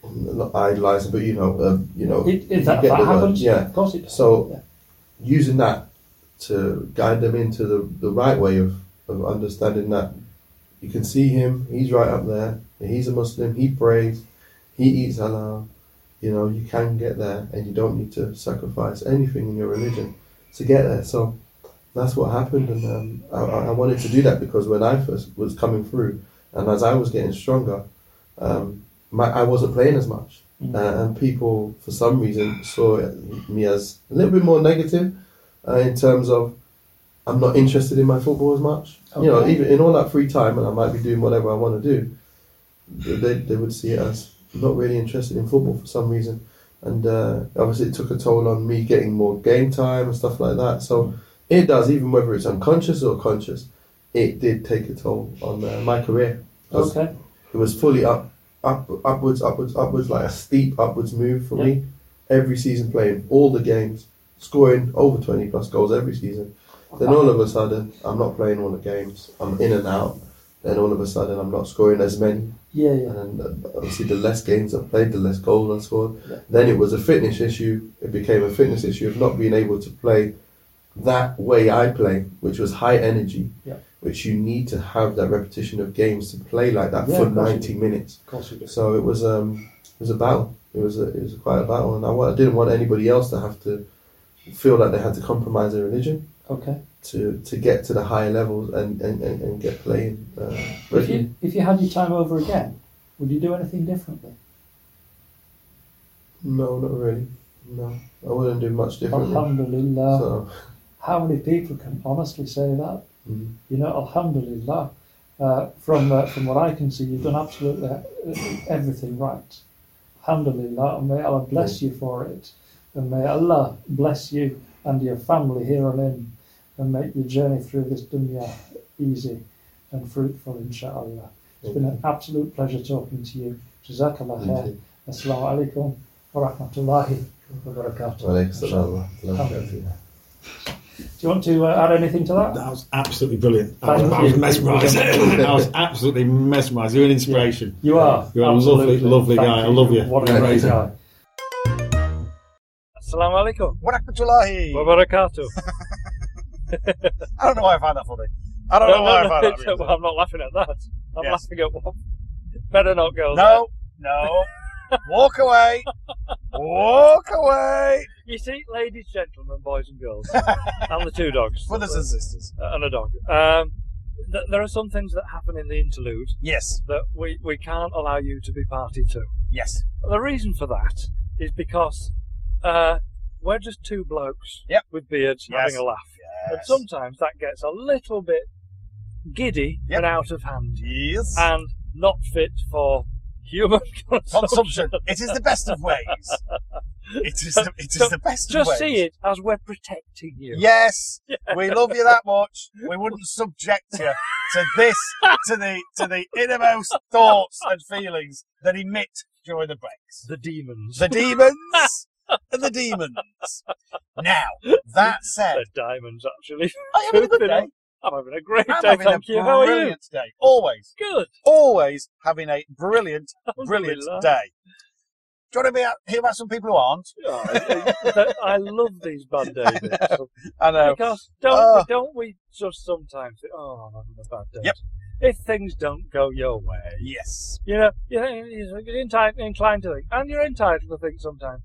not idolizing, but you know, uh, you know,
It,
you
it, that
get
that
the word,
happens.
yeah.
Of course it does.
So
Yeah.
using that to guide them into the, the right way of, of understanding that you can see him, he's right up there, he's a Muslim, he prays, he eats halal, you know, you can get there and you don't need to sacrifice anything in your religion to get there. So that's what happened and um, I- I, I wanted to do that because when I first was coming through and as I was getting stronger, um, my, I wasn't playing as much
Mm.
uh, and people for some reason saw it- me as a little bit more negative uh, in terms of I'm not interested in my football as much. You know,
Okay.
even in all that free time, and I might be doing whatever I want to do, they, they would see it as not really interested in football for some reason. And uh, obviously, it took a toll on me getting more game time and stuff like that. So it does, even whether it's unconscious or conscious, it did take a toll on uh, my career. 'Cause
okay.
it was fully up, up, upwards, upwards, upwards, like a steep upwards move for
Yeah.
me. Every season, playing all the games, scoring over twenty plus goals every season. Then all of a sudden, I'm not playing all the games. I'm in and out. Then all of a sudden, I'm not scoring as many.
Yeah, yeah.
And then uh, obviously, the less games I played, the less goals I scored.
Yeah.
Then it was a fitness issue. It became a fitness issue of not being able to play that way I play, which was high energy,
Yeah.
which you need to have that repetition of games to play like that
Yeah,
for
of course you
90 minutes.
Of course it does.
So it was um, it was a battle. It was a, it was quite a battle, and I, wa- I didn't want anybody else to have to feel like they had to compromise their religion
Okay.
to, to get to the higher levels and, and, and, and get playing. Uh,
If
rugby.
you if you had your time over again, would you do anything differently?
No, not really. No, I wouldn't do much differently.
Alhamdulillah.
So,
How many people can honestly say that?
Mhm.
You know, Alhamdulillah. Uh, from uh, from what I can see, you've done absolutely uh, everything right. Alhamdulillah, and may Allah bless you for it, and may Allah bless you and your family here on in, and make your journey through this dunya easy and fruitful, inshallah. It's been an absolute pleasure talking to you. Jazakallah
Thank
khair.
you.
Assalamu alaikum wa rahmatullahi wa barakatuh.
Alaikum salam. Alhamdulillah.
Do you want to uh, add anything to that?
That was absolutely brilliant. I was,
Thank
I was
you.
mesmerised. I was absolutely mesmerised. You're an inspiration.
You are.
You're a lovely,
Absolutely.
lovely
Thank
guy. I
you.
love you.
What a great
Amazing.
guy.
Assalamu alaikum.
Wa rahmatullahi.
Wa barakatuh.
I don't know why I found that funny. I don't
No,
know
no,
why I
no,
found that.
it's-
amusing.
well, I'm not laughing at that. I'm
Yes.
laughing at what? Better not go
No, no. Walk away. Walk away.
there. You see, ladies, gentlemen, boys and girls, and the two dogs.
Brothers and sisters.
Uh, and a dog. Um, th- there are some things that happen in the interlude
Yes,
that we, we can't allow you to be party to.
yes.
The reason for that is because uh, we're just two blokes
Yep.
with beards
Yes.
having a laugh. And
Yes.
sometimes that gets a little bit giddy
Yep.
and out of hand
Yes.
and not fit for human
Consumption.
consumption.
It is the best of ways. It is the, it is
Just-
the best of
Just
ways.
see it as we're protecting you.
Yes, we love you that much. We wouldn't subject you to this, to the to the innermost thoughts and feelings that emit during the breaks.
The demons.
The demons, the demons. Now that said,
They're diamonds, actually.
I am having a good day.
I'm having a great
I'm
day,
having a
thank you. How are you?
brilliant day. Always,
Good.
always having a brilliant, brilliant
Alhamdulillah.
day. Do you want to be out, hear about some people who aren't?
Yeah, I- I- I love these bad days.
I know.
Because don't
Oh.
we, don't we just sometimes think, oh, I'm having a bad day.
Yep.
If things don't go your way,
Yes.
you know, you're, you're inclined, inclined to think, and you're entitled to think sometimes.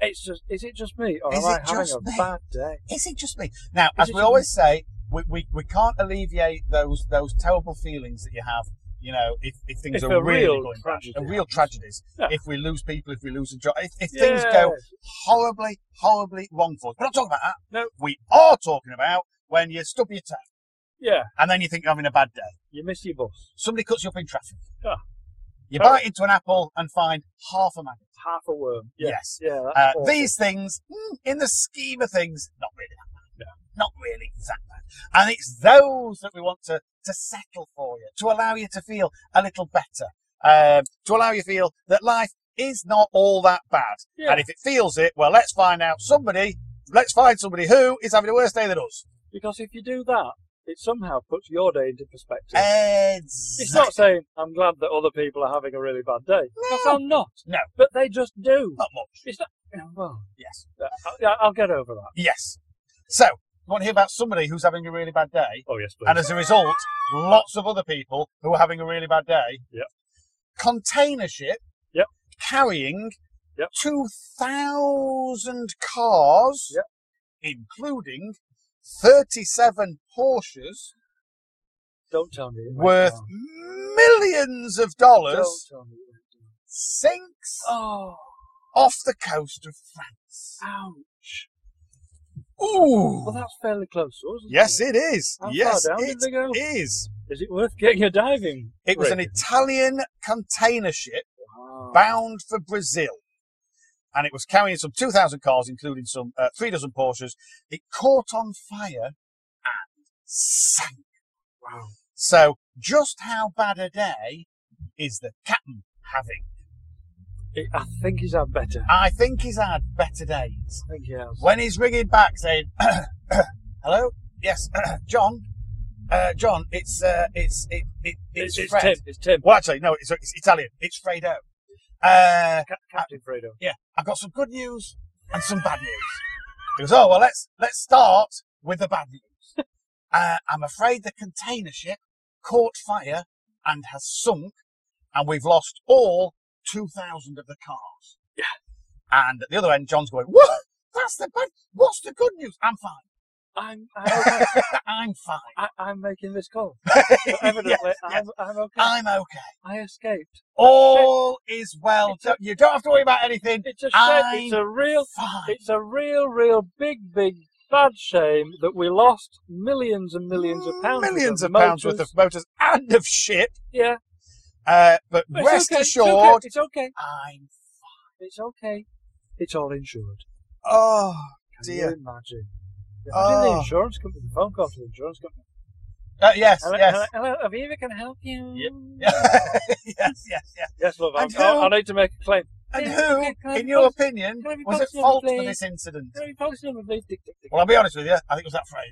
It's just, is it just me, or am
Is
I
it
having
just
a
me?
bad day?
Is it just me? Now, as
it
we
just
always say, we, we, we can't alleviate those those terrible feelings that you have, you know, if, if things
If
are
a
really
real
going bad,
tragedy
a real
happens.
tragedies.
Yeah.
If we lose people, if we lose a job, if, if things go
Yes.
horribly, horribly wrong for us. We're not talking about that.
No.
We are talking about when you stub your toe
Yeah,
and then you think you're having a bad day.
you miss your bus.
Somebody cuts you up in traffic.
Yeah.
You
Oh.
bite into an apple and find half a man.
Half a worm. Yeah.
Yes.
Yeah,
Uh,
that's awful.
these things, mm, in the scheme of things, not really that bad. Not really that bad. And it's those that we want to, to settle for you, to allow you to feel a little better, um, to allow you to feel that life is not all that bad.
Yeah.
And if it feels it, well, let's find out somebody, let's find somebody who is having a worse day than us.
Because if you do that, it somehow puts your day into perspective.
Exactly.
it's not saying I'm glad that other people are having a really bad day. Because
No.
I'm not.
No.
But they just do.
Not much.
It's not. yeah, Well,
Yes.
I- I- Uh, I'll get over that.
Yes. So, you want to hear about somebody who's having a really bad day?
Oh yes, please.
And as a result, lots of other people who are having a really bad day.
Yep.
Container ship.
Yep.
Carrying.
Yep.
Two thousand cars.
Yep.
Including thirty-seven Porsches
Don't tell me. it went
worth
down.
millions of dollars
Don't tell me. it went down.
sinks
Oh,
off the coast of France.
ouch.
Ooh.
Well, that's fairly close, wasn't
yes,
it?
it is.
How far
yes,
down did they go?
it is.
Is it worth getting a diving?
It was an
rig?
Italian container ship.
Wow.
bound for Brazil. And it was carrying some 2,000 cars, including some uh, three dozen Porsches. It caught on fire and sank.
Wow.
So, just how bad a day is the captain having?
It, I think he's had better.
I think he's had better days.
I think he has.
When he's ringing back saying, "Hello, yes, John, uh, John, it's uh, it's it, it, it's,
it's, it's
Fred."
Tim. It's Tim.
Well, actually, no, it's, it's Italian. It's Fredo. Uh,
Ca- Captain Fredo.
yeah, I've got some good news and some bad news. He goes, oh, well, let's, let's start with the bad news. Uh, I'm afraid the container ship caught fire and has sunk and we've lost all 2,000 of the cars.
Yeah.
And at the other end, John's going, what? That's the bad. What's the good news? I'm fine.
I'm, I'm, okay.
I'm fine.
I, I'm making this call.
Yes,
Evidently,
yes. Ah.
I'm, I'm okay.
I'm okay.
I escaped.
All is well.
It's a-
you don't have to worry about anything.
It's a shame. It's
I'm
a real,
fine.
it's a real, real big, big bad shame that we lost millions and millions of pounds. worth
Millions
of,
of pounds worth
motors.
of motors and of shit.
Yeah.
Uh, but
But
rest
it's okay.
assured,
It's okay.
I'm.
It's okay. It's all insured.
Oh
Can you
dear.
imagine? Imagine
Oh.
the insurance company, the phone call to the insurance company.
Uh, yes,
Hello,
yes.
hello, hello, Aviva can I help you.
yes, yes, yes.
Yes, love. I'm,
And who-
I, I need to make a claim.
And
Yeah, okay,
who,
can I
in your
post-
opinion,
can I be
was at
posted on
fault
the
for
plane?
this incident?
Can you post number, please? Tick, tick, tick.
Well, I'll be honest with you. I think it was that Friday.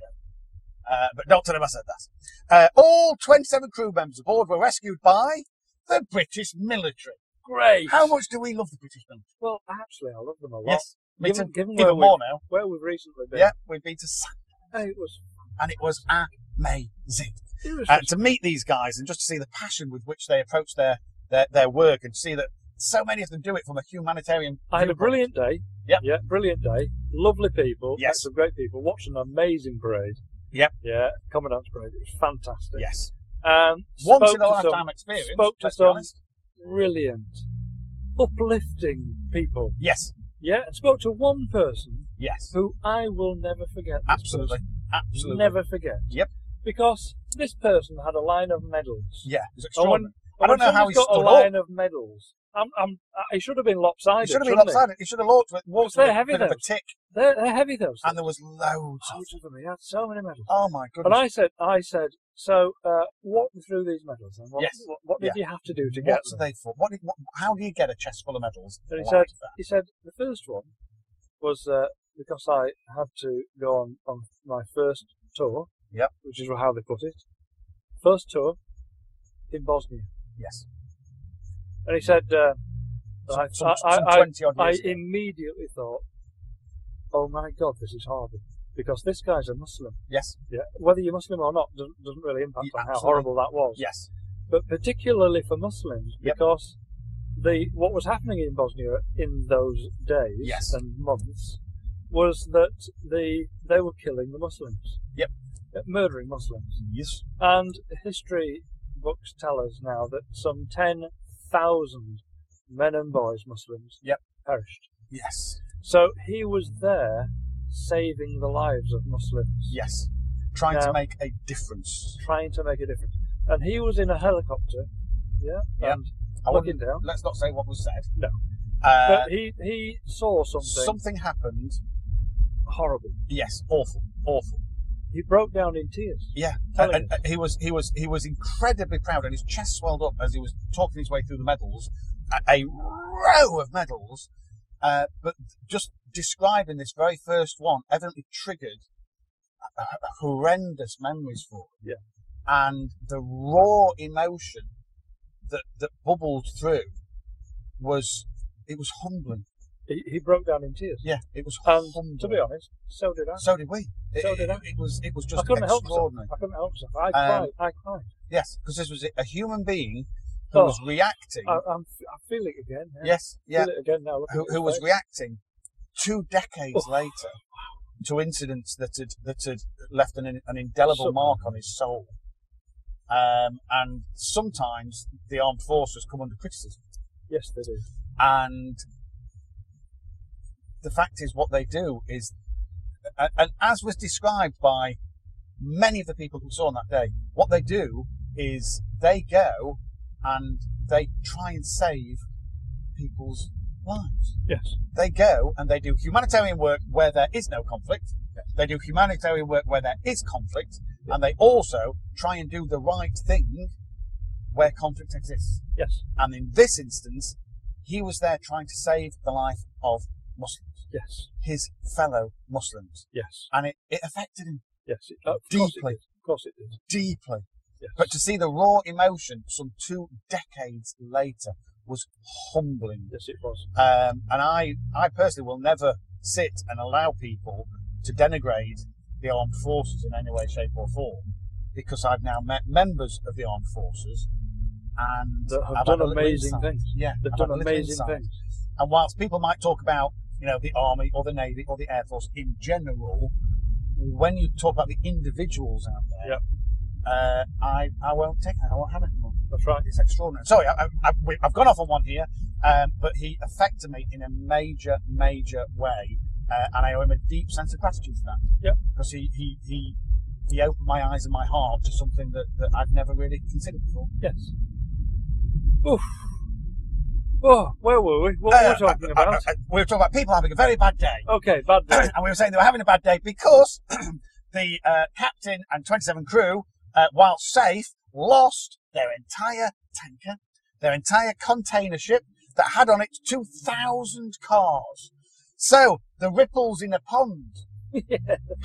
Uh, but don't tell him I said that. Uh, all 27 crew members aboard were rescued by the British military.
Great.
How much do we love the British military?
Well, actually, I love them a lot.
Yes, me
given,
too.
given where,
Even
we,
more now.
where we've recently been.
Yeah, we've been to San,
Hey, It was.
and it was amazing.
It was
And uh, to meet these guys and just to see the passion with which they approach their, their, their work and see that so many of them do it from a humanitarian
I had a
viewpoint.
brilliant day.
Yep.
Yeah, brilliant day. Lovely people. met
Yes.
Some great people. Watched an amazing parade.
Yep.
Yeah. Commandant's parade. It was fantastic.
Yes.
Um,
Once
spoke
in a
to
lifetime
some
experience.
spoke to
let's be
some-
honest.
Brilliant. Uplifting people.
Yes,
Yeah. And spoke to one person
yes.
who I will never forget. this
Absolutely.
person.
Absolutely.
Never forget.
Yep.
Because this person had a line of medals.
Yeah, it was
And
extraordinary.
when
I don't
When
know how he
someone's got
stood
a
up.
line of medals. I'm, I'm, I- he should have been lopsided.
He should have been
shouldn't he?
lopsided. He should have walked with, walked
They're
with a
heavy,
bit of a
though.
tick,
They're, they're heavy those.
and there was loads. Of,
loads of them. He had so many medals.
oh my
and
goodness!
I said, I said, so uh, walk me through these medals. And what,
Yes.
what, what did you have to do to get
What's
them?
they for? What, did- what? How do you get a chest full of medals
And he
like
said-
that?
He said the first one was uh, because I had to go on on my first tour.
Yep.
Which is how they put it. First tour in Bosnia,
Yes,
and he said. Uh, I,
some, some,
I,
some
I,
twenty odd
I
years. ago.
immediately thought, oh my god, this is horrible. Because this guy's a Muslim.
yes,
Yeah. Whether you're Muslim or not doesn't, doesn't really impact
Yeah,
on how
absolutely.
horrible that was.
yes,
But particularly for Muslims,
Yep.
because the what was happening in Bosnia in those days
Yes.
and months was that the they were killing the Muslims.
Yep.
Uh, Murdering Muslims.
yes.
And history books tell us now that some 10,000 men and boys, Muslims,
Yep.
perished.
Yes,
So he was there saving the lives of Muslims,
yes. Trying to
Now-
make a difference.
trying to make a difference. And he was in a helicopter, yeah,
Yep.
and
I
looking
wouldn't.
down.
Let's not say what was said.
No.
Uh,
but he, he saw something
something happened.
horrible.
Yes, awful, awful.
He broke down in tears.
Yeah,
Telling
and- and he was he was he was incredibly proud, and his chest swelled up as he was talking his way through the medals, a, a row of medals. Uh, but just describing this very first one evidently triggered a- a- a horrendous memories for him. Yeah, and the raw emotion that that bubbled through was it was humbling.
He, he broke down in tears.
Yeah, it was
And
humbling.
to be honest, so did I.
so did we.
So did I.
It, it was it was
I
just
couldn't help myself.
extraordinary.
I couldn't help myself. I
Um,
cried. I cried.
Yes, because this was a human being who
Oh.
was reacting.
I, I'm, I feel it again. Yeah.
yes, yeah,
Feel it again now. looking
who,
at his
who was
face.
reacting two decades
Oh.
later to incidents that had that had left an, an indelible
Sure.
mark on his soul. Um, and sometimes the armed forces come under criticism,
Yes, they do.
and the fact is, what they do is, a- and as was described by many of the people who saw on that day, what they do is they go and they try and save people's lives.
Yes.
They go and they do humanitarian work where there is no conflict. They do humanitarian work where there is conflict, and they also try and do the right thing where conflict exists.
Yes.
And in this instance, he was there trying to save the life of Muslims,
Yes.
his fellow Muslims,
Yes.
and it, it affected him
Yes. It, of course it
Deeply.
did. Of course it did.
deeply.
Yes.
But to see the raw emotion some two decades later was humbling.
yes, it was.
Um, and I, I personally will never sit and allow people to denigrate the armed forces in any way, shape, or form because I've now met members of the armed forces and
That have
I've had
done
a little
amazing
insight.
things.
Yeah,
They've
I've had
done
a little
amazing
insight.
things.
And whilst people might talk about you know, the army or the navy or the air force in general. When you talk about the individuals out there, uh, I I won't take that. I won't have it anymore.
That's right.
It's extraordinary. Sorry, I, I, I, we- I've gone off on one here, um, but he affected me in a major, major way, uh, and I owe him a deep sense of gratitude for that.
Yep.
Because he he he. He opened my eyes and my heart to something that, that I'd never really considered before.
Yes. Oof. Oh, where were we? What were we
Uh,
talking
I- I-
about?
I- we were talking about people having a very bad day.
Okay, bad day.
and we were saying they were having a bad day because the uh, captain and 27 crew, uh, while safe, lost their entire tanker, their entire container ship that had on it 2,000 cars. So the ripples in a pond.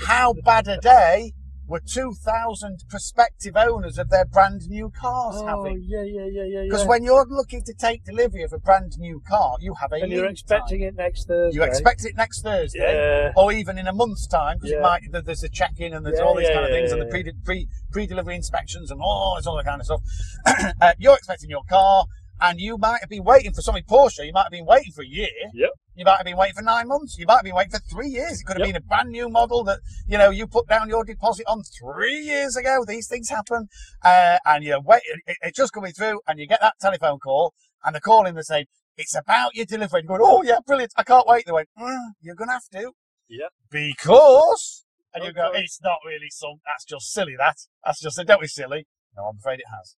How bad a day were 2,000 prospective owners of their brand new cars
Oh,
having?
yeah, yeah, yeah, yeah,
Because
yeah.
when you're looking to take delivery of a brand new car, you have a
and you're
lead
expecting it next
time.
Thursday.
You expect it next Thursday
Yeah.
or even in a month's time because
Yeah.
it might there- there's a check in and there's
Yeah,
all these
yeah,
kind of
yeah,
things
yeah,
and the pre, pre pre delivery inspections and all there's all that kind of stuff. uh, you're expecting your car and you might have been waiting for something Porsche. You might have been waiting for a year.
Yep.
You might have been waiting for nine months. You might have been waiting for three years. It could have
Yep.
been a brand new model that you know you put down your deposit on three years ago. These things happen, uh, and you wait. It, it's just coming through, and you get that telephone call, and the call in they say it's about your delivery. And you're going, oh yeah, brilliant! I can't wait. They went, mm, you're gonna have to.
Yep.
Because, and you go,
Okay.
it's not really some. That's just silly. That that's just don't be silly. No, I'm afraid it has.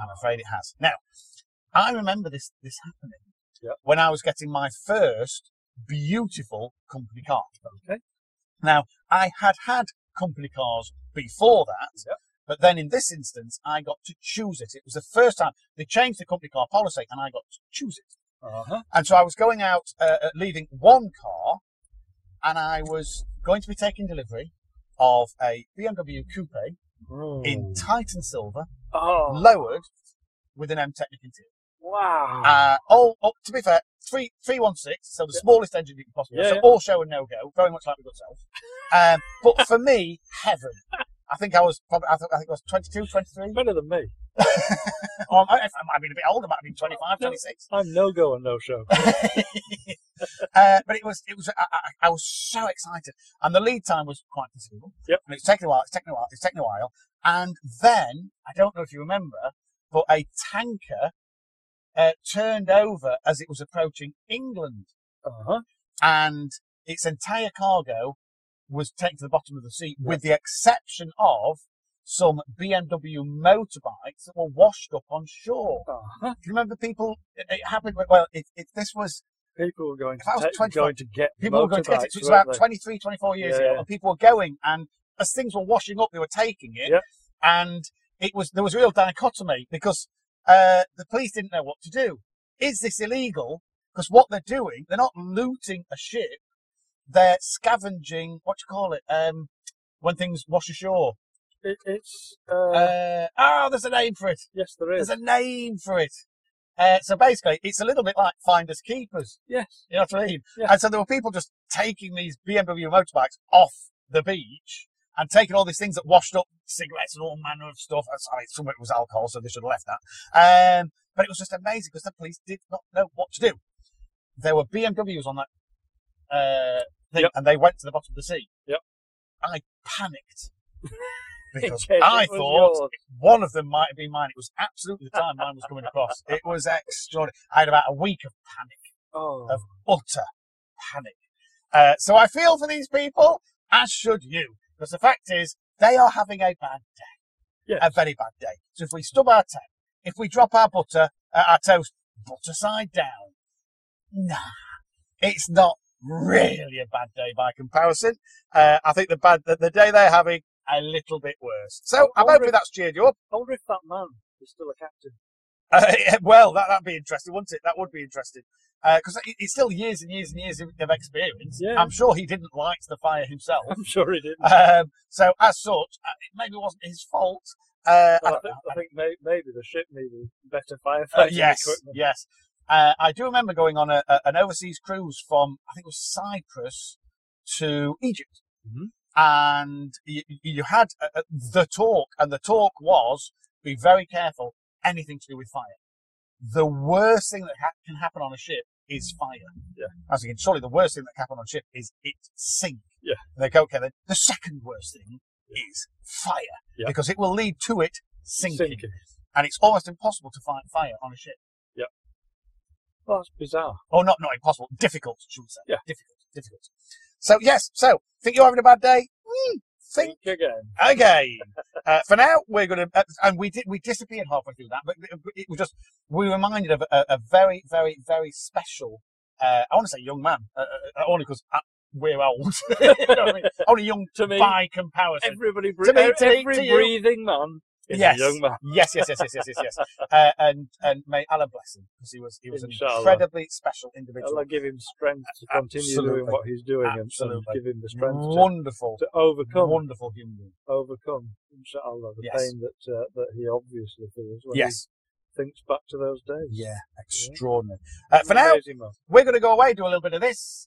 I'm afraid it has. Now, I remember this this happening
Yep.
when I was getting my first beautiful company car.
Okay.
Now, I had had company cars before that,
Yep.
but then in this instance, I got to choose it. It was the first time they changed the company car policy, and I got to choose it.
Uh-huh.
And so I was going out, uh, uh, leaving one car, and I was going to be taking delivery of a BMW coupe in Titan silver,
Oh,
lowered with an M Technic interior.
wow.
Uh, all up, to be fair, three three one six, so the smallest engine you can possibly.
Yeah,
so
yeah.
all show and no go, very much like we got self. Um, but for me, heaven. I think I was probably I, think I think I was 22, 23.
Better than me.
or I might I might have been a bit older, I might have been 25, 26.
I'm no go and no show.
Uh, but it was it was I, I, I was so excited, and the lead time was quite considerable.
Yep.
And it's taken a while. It's taken a while. It's taken a while. And then I don't know if you remember, but a tanker uh, turned over as it was approaching England,
Uh-huh.
and its entire cargo was taken to the bottom of the sea, with the exception of some BMW motorbikes that were washed up on shore.
Uh-huh.
Do you remember people? It, it happened. Well, it, it, this was
People were going
If
to,
I was
take-
25
going to get
People were going to get it.
motorbikes,
It was
weren't
about
they?
23, 24 years
Yeah.
ago, and people were going, and as things were washing up, they were taking it,
Yep.
and it was there was a real dichotomy because uh, the police didn't know what to do. Is this illegal? Because what they're doing, they're not looting a ship, they're scavenging. What do you call it? Um, when things wash ashore.
It, it's, uh,
Uh, oh, there's a name for it.
yes, there
There's
is.
a name for it. Uh, so basically, it's a little bit like finders keepers.
Yes.
You know what I mean?
Yeah.
And so there were people just taking these BMW motorbikes off the beach and taking all these things that washed up, cigarettes and all manner of stuff. Uh, Sorry, some of it was alcohol, so they should have left that. Um, but it was just amazing because the police did not know what to do. There were BMWs on that uh, thing,
Yep.
and they went to the bottom of the sea.
Yep.
I panicked because
Yes,
I
it was
thought
yours.
one of them might have been mine. It was absolutely the time mine was coming across. It was extraordinary. I had about a week of panic
Oh.
of utter panic. Uh, so I feel for these people, as should you, because the fact is they are having a bad day,
Yes.
a very bad day. So if we stub our toe, if we drop our butter, uh, our toast butter side down, nah, it's not really a bad day by comparison. Uh, I think the bad the, the day they're having a little bit worse. So I'm hoping that's cheered you up.
I wonder if that man is still a captain.
Uh, yeah, well, that, that'd be interesting, wouldn't it? That would be interesting. Uh, Because it it's still years and years and years of of experience.
Yeah.
I'm sure he didn't light the fire himself.
I'm sure he didn't.
um, so, as such, uh, it maybe wasn't his fault. Uh, I
Well, I
don't
think,
know.
I think may, maybe the ship needed better
Uh,
firefighting
yes,
equipment.
yes. Uh, I do remember going on a, a, an overseas cruise from, I think it was Cyprus to Egypt.
Mhm.
And you, you had uh, uh, the talk, and the talk was be very careful, anything to do with fire. The worst thing that ha- can happen on a ship is fire.
Yeah.
I was thinking, surely the worst thing that can happen on ship is it sink.
Yeah.
And they go, okay, then the second worst thing is fire
Yeah.
because it will lead to it sinking.
Sinking.
And it's almost impossible to fight fire on a ship.
Well, that's bizarre.
Oh, not not impossible. Difficult, should we say?
Yeah.
Difficult. Difficult. So yes. So think you're having a bad day? Mm, think
Think again.
again. Uh, for now, we're going to, uh, and we did, we disappeared halfway through that, but it- it was just, we were reminded of a, a very, very, very special, uh, I want to say young man, uh, uh, uh, only because we're old. You know what I mean? Only young
To me,
by comparison.
everybody, bre-
To me, to me,
every
to you.
breathing man is
Yes.
a young man.
Yes, yes, yes, yes, yes, yes, yes. Uh, and, and may Allah bless him, because he was, he was an
Inshallah.
incredibly special individual.
Allah give him strength to continue
Absolutely.
doing what he's doing and-
Absolutely.
and give him the strength to,
Wonderful,
to overcome,
wonderful human being.
overcome, inshallah, the
Yes.
pain that uh, that he obviously feels when
Yes.
he thinks back to those days.
Yeah, extraordinary. Uh, for now,
Amazing man.
we're going to go away, do a little bit of this.